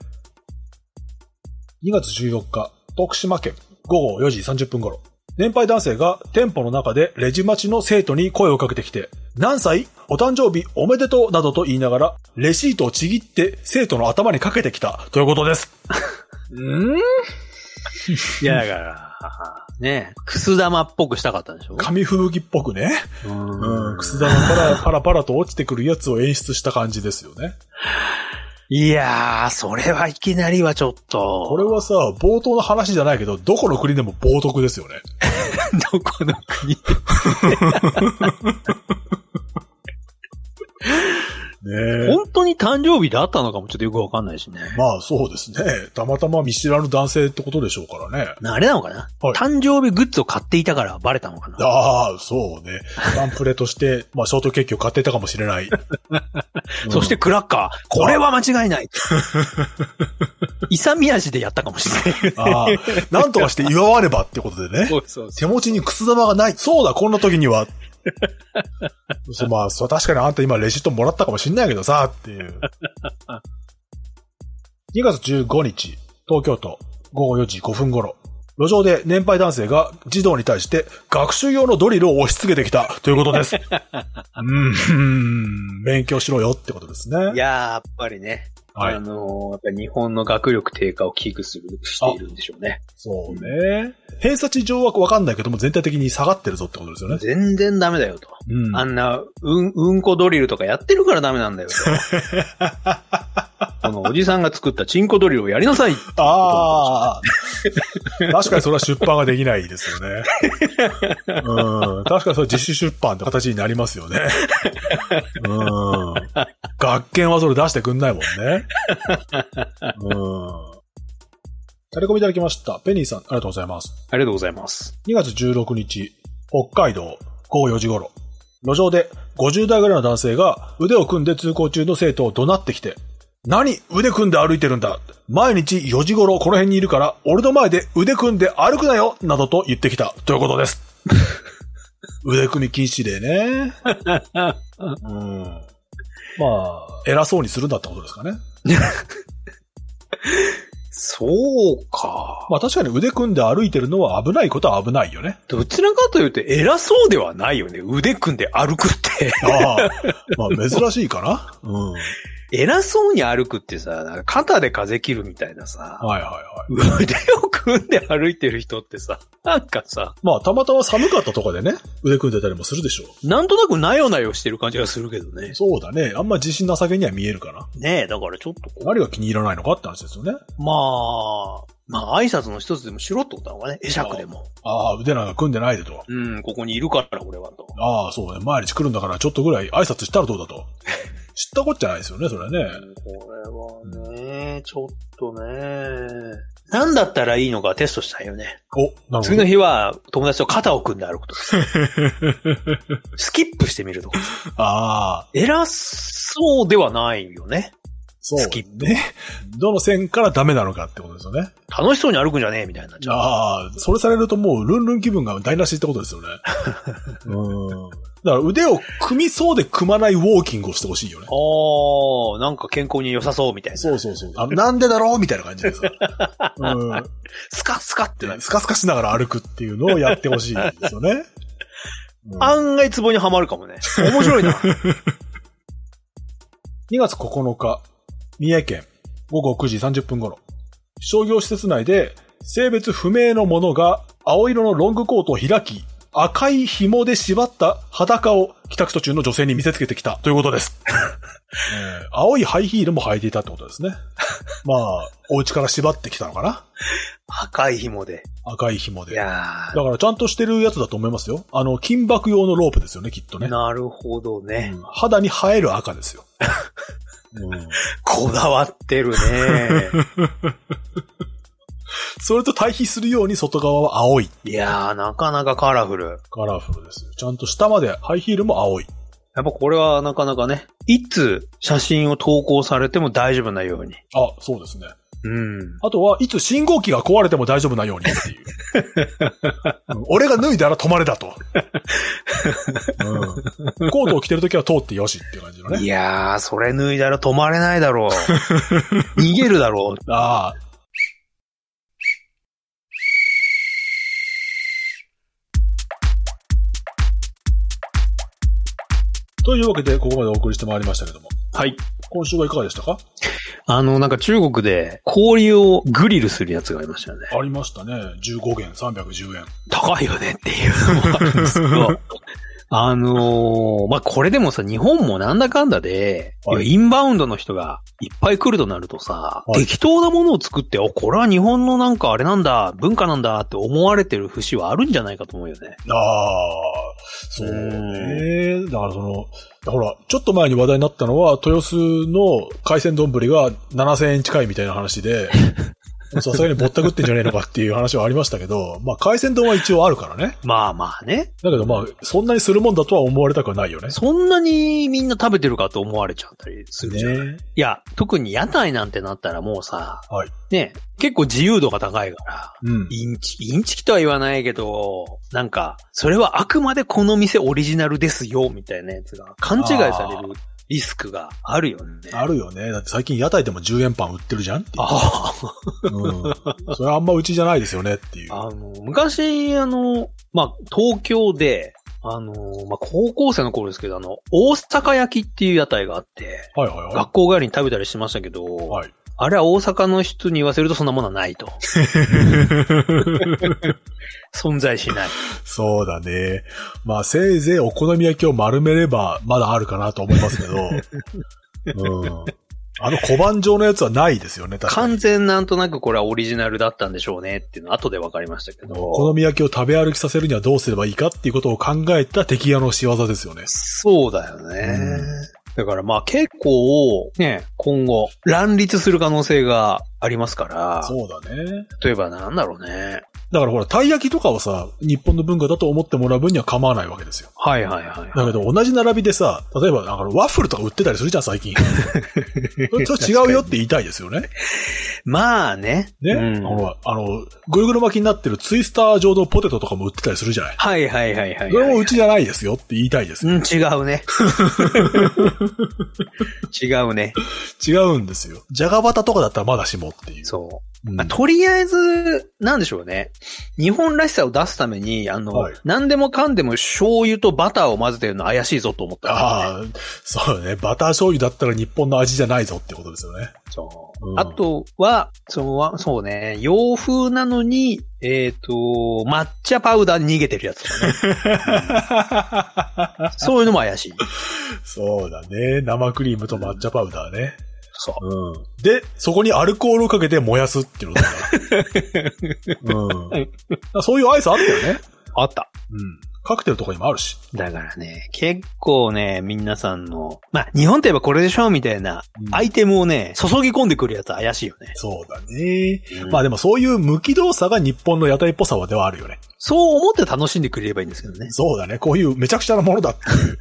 Speaker 1: 2月14日、徳島県、午後4時30分頃。年配男性が店舗の中でレジ待ちの生徒に声をかけてきて、何歳お誕生日おめでとうなどと言いながら、レシートをちぎって生徒の頭にかけてきたということです。うん
Speaker 2: いや、だから、ねくす玉っぽくしたかったんでしょ
Speaker 1: 紙吹雪っぽくね。
Speaker 2: う
Speaker 1: うん、く
Speaker 2: ん。
Speaker 1: す玉パラパラパラと落ちてくるやつを演出した感じですよね。
Speaker 2: いやー、それはいきなりはちょっと。
Speaker 1: これはさ、冒頭の話じゃないけど、どこの国でも冒涜ですよね。
Speaker 2: どこの国
Speaker 1: ねえ。
Speaker 2: 本当に誕生日であったのかもちょっとよくわかんないしね。
Speaker 1: まあそうですね。たまたま見知らぬ男性ってことでしょうからね。
Speaker 2: あれなのかな、
Speaker 1: はい
Speaker 2: 誕生日グッズを買っていたからバレたのかな
Speaker 1: ああ、そうね。サンプレとして、まあショートケーキを買ってたかもしれない。うん
Speaker 2: そして、クラッカー。これは間違いない。 <laughs> 勇み足でやったかもしれない。
Speaker 1: ああ、なんとかして祝わればってことでね。
Speaker 2: うそう
Speaker 1: 手持ちに靴玉がない。そうだ、こんな時には。 <laughs> そうまあ、そう確かにあんた今レシートもらったかもしんないけどさ、って <laughs> いう。2月15日、東京都、午後4時5分頃。路上で年配男性が児童に対して学習用のドリルを押し付けてきたということ <laughs> です。うんうん、勉強しろよってことですね。
Speaker 2: いやー、やっぱりね。
Speaker 1: はい
Speaker 2: あのーやっぱり日本の学力低下を危惧する、しているんでしょうね。
Speaker 1: そうね。偏差値上はわかんないけども、全体的に下がってるぞってことですよね。
Speaker 2: 全然ダメだよと。
Speaker 1: うん。
Speaker 2: あんな、うん、うんこドリルとかやってるからダメなん
Speaker 1: <laughs>
Speaker 2: だよと。このおじさんが作ったチンコドリルをやりなさい。
Speaker 1: ああ。 <laughs> 確かにそれは出版ができないですよね。うん。確かにそれ自主出版って形になりますよね。うん。学研はそれ出してくんないもんね。うん。タレコミいただきました。ペニーさん、ありがとうございます。
Speaker 2: ありがとうございます。
Speaker 1: 2月16日、北海道午後4時頃、路上で50代ぐらいの男性が腕を組んで通行中の生徒を怒鳴ってきて、何腕組んで歩いてるんだ毎日4時頃この辺にいるから、俺の前で腕組んで歩くなよなどと言ってきたということです。腕組み禁止でね。うん。まあ、偉そうにするんだってことですかね。
Speaker 2: そうか。
Speaker 1: まあ確かに腕組んで歩いてるのは危ないことは危ないよね。
Speaker 2: どちらかというと偉そうではないよね。腕組んで歩くって。 <laughs>
Speaker 1: ああ。まあ珍しいかな。うん。はい
Speaker 2: 偉そうに歩くってさ、なんか肩で風切るみたいなさ。
Speaker 1: はいはい。
Speaker 2: 腕を組んで歩いてる人ってさ、なんかさ、
Speaker 1: まあ、たまたま寒かったとかでね、腕組んでたりもするでしょ
Speaker 2: なんとなくなよなよしてる感じがするけどね
Speaker 1: う。。そうだね。あんま自信なさげには見えるかな。
Speaker 2: ねえ、だからちょっとこう
Speaker 1: 何が気に入らないのかって話ですよね。
Speaker 2: まあ、まあ挨拶の一つでもしろってことなのかね。会釈でも。
Speaker 1: ああ、腕なんか組んでないでと。
Speaker 2: うん、ここにいるから俺はと。
Speaker 1: ああ、そうね。毎日来るんだからちょっとぐらい挨拶したらどうだ
Speaker 2: <laughs>
Speaker 1: と。知ったこっちゃないですよね、それはね。
Speaker 2: これはね、ちょっとね。何だったらいいのかテストしたいよね。
Speaker 1: お、なるほ
Speaker 2: 次
Speaker 1: ど
Speaker 2: の。日は友達と肩を組んで歩くとか <laughs> さスキップしてみるとかさ。
Speaker 1: ああ、
Speaker 2: 偉そうではないよね。
Speaker 1: そう。
Speaker 2: スキップ
Speaker 1: ね。どの線からダメなのかってことですよね。
Speaker 2: 楽しそうに歩くんじゃねえみたいになっちゃう。
Speaker 1: ああ、それされるともうルンルン気分が台無しってこと
Speaker 2: <laughs>
Speaker 1: ですよね。うん。だから腕を組みそうで組まないウォーキングをしてほしいよね。
Speaker 2: ああ、なんか健康に良さそうみたいな。
Speaker 1: そうそうそう。あのなんでだろうみたいな感じ <laughs> でさ。うん。っ
Speaker 2: スカスカって
Speaker 1: て
Speaker 2: なる。
Speaker 1: スカスカしながら歩くっていうのをやってほしいんですよ <laughs> ね。うん
Speaker 2: 案外ツボにはまるかもね。面白い <laughs> な。
Speaker 1: 2月9日、三重県、午後9時30分頃、商業施設内で、性別不明の者が青色のロングコートを開き、赤い紐で縛った裸を帰宅途中の女性に見せつけてきたということ <laughs> です。えー青いハイヒールも履いていたってことですね。まあ、お家から縛ってきたのかな
Speaker 2: 赤い紐で。
Speaker 1: 赤い紐で。
Speaker 2: いや
Speaker 1: だからちゃんとしてるやつだと思いますよ。あの、金箔用のロープですよね、きっと
Speaker 2: ー、
Speaker 1: ね。
Speaker 2: なるほどね。
Speaker 1: うん肌に映える赤ですよ。 <laughs> うん
Speaker 2: こだわってる
Speaker 1: <laughs>
Speaker 2: ね。
Speaker 1: それと対比するように外側は青い。
Speaker 2: いやー、なかなかカラフル。
Speaker 1: カラフルですよ。ちゃんと下までハイヒールも青い。
Speaker 2: やっぱこれはなかなかね、いつ写真を投稿されても大丈夫なように。
Speaker 1: あ、そうですね。
Speaker 2: うん。
Speaker 1: あとは、いつ信号機が壊れても大丈夫なようにっていう。 <laughs> うん俺が脱いだら止まれだと。 <laughs> うんコートを着てるときは通ってよしっていう感じの
Speaker 2: い
Speaker 1: ね。
Speaker 2: やー、それ脱いだら止まれない
Speaker 1: <laughs>
Speaker 2: だろう。逃げるだろう。
Speaker 1: ああ。というわけで、ここまでお送りしてまいりましたけども。
Speaker 2: はい。
Speaker 1: 今週はいかがでしたか
Speaker 2: あの、なんか中国で氷をグリルするやつがありましたよね。
Speaker 1: ありましたね。15元、310円。
Speaker 2: 高いよねっていうのもあるんです
Speaker 1: <laughs>
Speaker 2: けど、あのーまあ、これでもさ、日本もなんだかんだで、
Speaker 1: はい
Speaker 2: インバウンドの人がいっぱい来るとなるとさ、
Speaker 1: はい
Speaker 2: 適当なものを作って、お、これは日本のなんかあれなんだ、文化なんだって思われてる節はあるんじゃないかと思うよね。
Speaker 1: ああ、そうね。だからその、ほら、ちょっと前に話題になったのは、豊洲の海鮮丼が7000円近いみたいな話で、 <laughs> さすがにぼったくってんじゃねえのかっていう話はありましたけど、まあ海鮮丼は一応あるからね。
Speaker 2: まあまあね。
Speaker 1: だけどまあ、そんなにするもんだとは思われたくはないよね。
Speaker 2: そんなにみんな食べてるかと思われちゃったりするじゃん。
Speaker 1: ね。
Speaker 2: いや、特に屋台なんてなったらもうさ、
Speaker 1: はい
Speaker 2: ね、結構自由度が高いから、
Speaker 1: うん。
Speaker 2: インチ、インチキとは言わないけど、なんか、それはあくまでこの店オリジナルですよ、みたいなやつが勘違いされるリスクがあるよね。
Speaker 1: あるよね。だって最近屋台でも10円パン売ってるじゃんっていう。
Speaker 2: ああ。
Speaker 1: うん。それあんまうちじゃないですよねっていう。
Speaker 2: あの、昔、あの、まあ、東京で、あの、まあ、高校生の頃ですけど、あの、大阪焼きっていう屋台があって、
Speaker 1: はいはいは
Speaker 2: 学校帰りに食べたりしてましたけど、
Speaker 1: い。はい。
Speaker 2: あれは大阪の人に言わせるとそんなものはな
Speaker 1: <laughs>
Speaker 2: いと。 <laughs> 存在しない。
Speaker 1: そうだね。まあ、せいぜいお好み焼きを丸めれば、まだあるかなと思いますけど。
Speaker 2: <laughs>
Speaker 1: うん。あの小判状のやつはないですよね、確かに。
Speaker 2: <laughs> 完全なんとなくこれはオリジナルだったんでしょうねっていうのは後で分かりましたけ
Speaker 1: お好
Speaker 2: ど。
Speaker 1: み焼きを食べ歩きさせるにはどうすればいいかっていうことを考えた敵屋の仕業ですよね。
Speaker 2: そうだよね。
Speaker 1: うん
Speaker 2: だからまあ結構、ね、今後、乱立する可能性がありますから、
Speaker 1: そうだね。
Speaker 2: 例えばなんだろうね。
Speaker 1: だからほら、たい焼きとかをさ、日本の文化だと思ってもらう分には構わないわけですよ。
Speaker 2: はいはいはい。
Speaker 1: だけど、同じ並びでさ、例えば、なんかワッフルとか売ってたりするじゃん、
Speaker 2: <laughs>
Speaker 1: 最近。それちょっと違うよって言いたいですよね。
Speaker 2: まあね。
Speaker 1: ね、
Speaker 2: うん
Speaker 1: あの、あの、ぐるぐる巻きになってるツイスター状のポテトとかも売ってたりするじゃない。
Speaker 2: はいはいはいはいはい。
Speaker 1: それもうちじゃないですよって言いたいです
Speaker 2: う
Speaker 1: よ。
Speaker 2: ん、違うね。 <laughs> 違うね。
Speaker 1: 違うんですよ。じゃがバタとかだったらまだしもっていう。
Speaker 2: そう。
Speaker 1: うん。
Speaker 2: まあとりあえず、なんでしょうね。日本らしさを出すために、あの、
Speaker 1: はい
Speaker 2: 何でもかんでも醤油とバターを混ぜてるの怪しいぞと思った、
Speaker 1: ああ、そうだね。バター醤油だったら日本の味じゃないぞってことですよね。
Speaker 2: そう
Speaker 1: うん
Speaker 2: あとは、そのわそうね、洋風なのに、えっ、と、抹茶パウダーに逃げてるやつとかね。
Speaker 1: <laughs>
Speaker 2: そういうのも怪しい。
Speaker 1: そうだね。生クリームと抹茶パウダーね。
Speaker 2: そう。
Speaker 1: うん。で、そこにアルコールをかけて燃やすっていうのだから。うん。だか
Speaker 2: <laughs>
Speaker 1: らそういうアイスあったよね。
Speaker 2: あった。
Speaker 1: うん。カクテルとかにもあるし。
Speaker 2: だからね、結構ね、皆さんの、まあ、日本といえばこれでしょみたいな、
Speaker 1: うん
Speaker 2: アイテムをね、注ぎ込んでくるやつは怪しいよね。
Speaker 1: そうだね。
Speaker 2: うん
Speaker 1: まあでもそういう無機動作が日本の屋台っぽさはではあるよね。
Speaker 2: そう思って楽しんでくれればいいんですけどね。
Speaker 1: そうだね。こういうめちゃくちゃなものだっていう。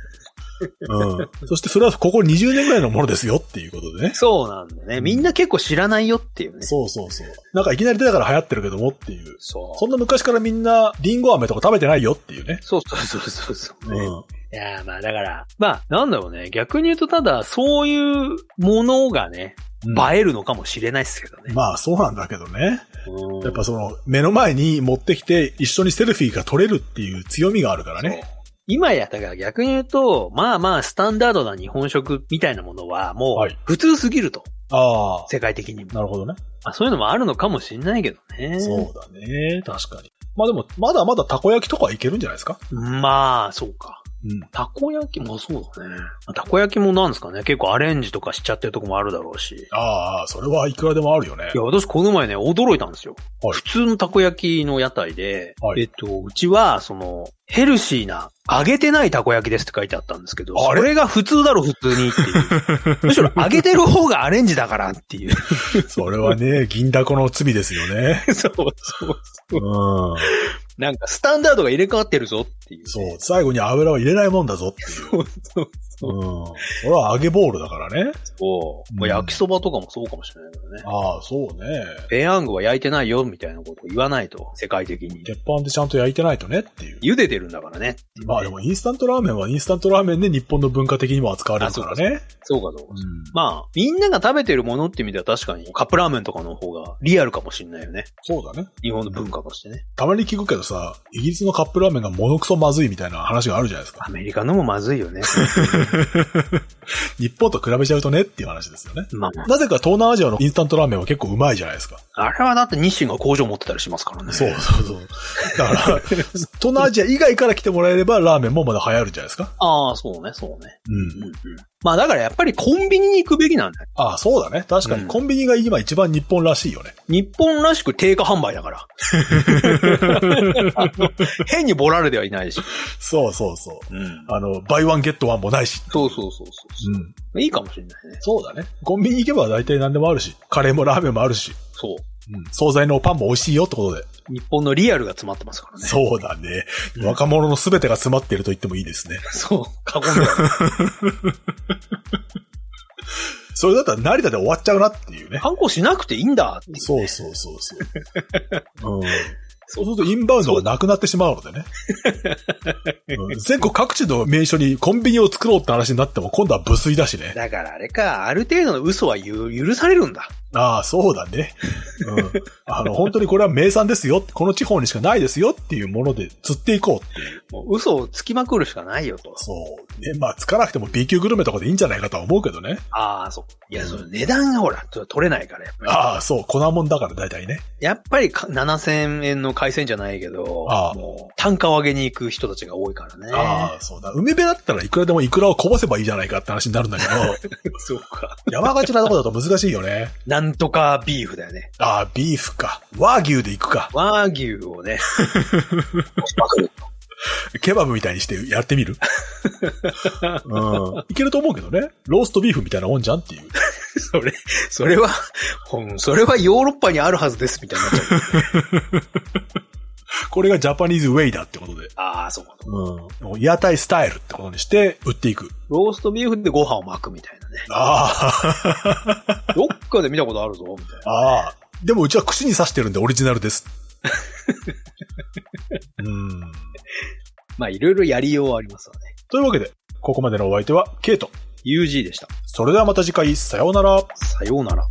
Speaker 1: うん。そしてそれはここ20年ぐらいのものですよっていうことでね。
Speaker 2: そうなんだね。みんな結構知らないよっていうね。
Speaker 1: そうそうそう。なんかいきなり出たから流行ってるけどもっていう。
Speaker 2: そう。
Speaker 1: そんな昔からみんなリンゴ飴とか食べてないよっていうね。
Speaker 2: そうそうそうそうそう、
Speaker 1: う
Speaker 2: ね
Speaker 1: ん。
Speaker 2: いやーまあだから、まあなんだろうね。逆に言うとただ、そういうものがね、
Speaker 1: まあ
Speaker 2: 映えるのかもしれないですけどね。
Speaker 1: まあそうなんだけどね。
Speaker 2: うん
Speaker 1: やっぱその目の前に持ってきて一緒にセルフィーが撮れるっていう強みがあるからね。
Speaker 2: 今や、だから逆に言うと、まあまあスタンダードな日本食みたいなものはも
Speaker 1: は
Speaker 2: う
Speaker 1: い
Speaker 2: 普通すぎると。
Speaker 1: あ
Speaker 2: 世界的
Speaker 1: あ。
Speaker 2: にも。
Speaker 1: なるほどね。
Speaker 2: まあそういうのもあるのかもしれないけどね。
Speaker 1: そうだね。確かに。まあでも、まだまだたこ焼きとかはいけるんじゃないですか
Speaker 2: まあ、そうか。
Speaker 1: うん。
Speaker 2: たこ焼きもそうだね。まあたこ焼きもなんですかね。結構アレンジとかしちゃってるとこもあるだろうし。い
Speaker 1: ああ、それはいくらでもあるよね。
Speaker 2: や、私この前ね、驚いたんですよ。
Speaker 1: はい
Speaker 2: 普通のたこ焼きの屋台で、
Speaker 1: はい
Speaker 2: えっと、うちは、その、ヘルシーな、揚げてないたこ焼きですって書いてあったんですけど、
Speaker 1: あ
Speaker 2: そ
Speaker 1: れ
Speaker 2: れが普通だろ、普通にって
Speaker 1: <laughs>
Speaker 2: いう。むしろ揚げてる方がアレンジだからっていう。 <laughs>
Speaker 1: それは <laughs> ね、銀だこの罪ですよね。
Speaker 2: そうそう。
Speaker 1: うん。
Speaker 2: なんか、スタンダードが入れ替わってるぞっていう。
Speaker 1: そう。最後に油は入れないもんだぞっていう。
Speaker 2: そうそう
Speaker 1: うん。それは揚げボールだからね。
Speaker 2: そう。
Speaker 1: う
Speaker 2: まあ
Speaker 1: ん
Speaker 2: 焼きそばとかもそうかもしれないけどね。
Speaker 1: ああ、そうね。
Speaker 2: ペヤングは焼いてないよ、みたいなことを言わないと、世界的に。
Speaker 1: 鉄板でちゃんと焼いてないとねっていう。
Speaker 2: 茹でてるんだからね。
Speaker 1: まあでもインスタントラーメンはインスタントラーメンで日本の文化的にも扱われるからね。
Speaker 2: そうかどうか。
Speaker 1: ん
Speaker 2: まあ、みんなが食べてるものって意味では確かにカップラーメンとかの方がリアルかもしんないよね。
Speaker 1: そうだね。
Speaker 2: 日本の文化としてね。
Speaker 1: たまに聞くけどさ、イギリスのカップラーメンがものくそまずいみたいな話があるじゃないですか
Speaker 2: ア。メリカのもまずい
Speaker 1: <laughs>
Speaker 2: よね。
Speaker 1: 日本と比べちゃうとねっていう話ですよね。
Speaker 2: まあ、
Speaker 1: なぜか東南アジアのインスタントラーメンは結構うまいじゃないですか。
Speaker 2: あれはだって日清が工場持ってたりしますからね。
Speaker 1: そうそうそう。だから、東南アジア以外から来てもらえればラーメンもまだ流行るんじゃないですか。
Speaker 2: ああ、そうね、そうね。
Speaker 1: う
Speaker 2: うん
Speaker 1: ん。
Speaker 2: うん。まあだからやっぱりコンビニに行くべきなんだよ。
Speaker 1: ああ、そうだね。確か
Speaker 2: う
Speaker 1: に
Speaker 2: ん
Speaker 1: コンビニが今一番日本らしいよね。
Speaker 2: 日本らしく定価販売だ
Speaker 1: <laughs>
Speaker 2: から。あの変にボラれではいないし。
Speaker 1: そうそうそう。
Speaker 2: うん
Speaker 1: あの、バイワンゲットワンもないし。
Speaker 2: そうそうそうそう。
Speaker 1: うん。
Speaker 2: いいかもしれないね。
Speaker 1: そうだね。コンビニ行けば大体何でもあるし、カレーもラーメンもあるし、
Speaker 2: そう。
Speaker 1: うん。惣菜のパンも美味しいよってことで。
Speaker 2: 日本のリアルが詰まってますからね。
Speaker 1: そうだね。
Speaker 2: うん
Speaker 1: 若者の全てが詰まっていると言ってもいいですね。
Speaker 2: そう。過言ではない
Speaker 1: それだったら成田で終わっちゃうなっていうね。
Speaker 2: 反抗しなくていいんだっていうね
Speaker 1: そうそうそうそう。うん。そうするとインバウンドがなくなってしまうのでね。うん全国各地の名所にコンビニを作ろうって話になっても今度は無粋だしね。
Speaker 2: だからあれか、ある程度の嘘はゆ許されるんだ。
Speaker 1: ああ、そうだね。うん。あの、本当にこれは名産ですよ。この地方にしかないですよっていうもので釣っていこうっていう。
Speaker 2: もう嘘をつきまくるしかないよと。
Speaker 1: そう。ね、まあ、つかなくても B 級グルメとかでいいんじゃないかとは思うけどね。
Speaker 2: ああ、そう。いや、その値段がほら、と取れないから、やっぱり。
Speaker 1: ああ、そう。粉もんだから大体ね。
Speaker 2: やっぱりか7000円の海鮮じゃないけど、
Speaker 1: ああ
Speaker 2: もう単価を上げに行く人たちが多いからね。
Speaker 1: ああ、そうだ。海辺だったらいくらでもいくらをこぼせばいいじゃないかって話になるんだけ
Speaker 2: <laughs>
Speaker 1: ど、
Speaker 2: <laughs> そうか。
Speaker 1: 山がちなとこだと難しいよね。
Speaker 2: なんとかビーフだよね。
Speaker 1: ああ、ビーフか。和牛で行くか。
Speaker 2: 和牛を <laughs> ね。
Speaker 1: ケバブみたいにしてやってみるうん。いけると思うけどね。ローストビーフみたいなもんじゃんっていう。
Speaker 2: それ、それは、ほんそれはヨーロッパにあるはずです、みたいになっちゃう。
Speaker 1: これがジャパニーズウェイだってことで。
Speaker 2: <laughs> ああ、そうか。
Speaker 1: うん。屋台スタイルってことにして売っていく。
Speaker 2: ローストビーフでご飯を巻くみたいなね。
Speaker 1: あ
Speaker 2: どっかで見たことあるぞ、みたいな。
Speaker 1: あ、ああ。でもうちは串に刺してるんでオリジナルです。うん。
Speaker 2: まあ、いろいろやりようはありますわね。
Speaker 1: というわけで、ここまでのお相手は、ケイト。
Speaker 2: UG でした。
Speaker 1: それではまた次回、さようなら。
Speaker 2: さようなら。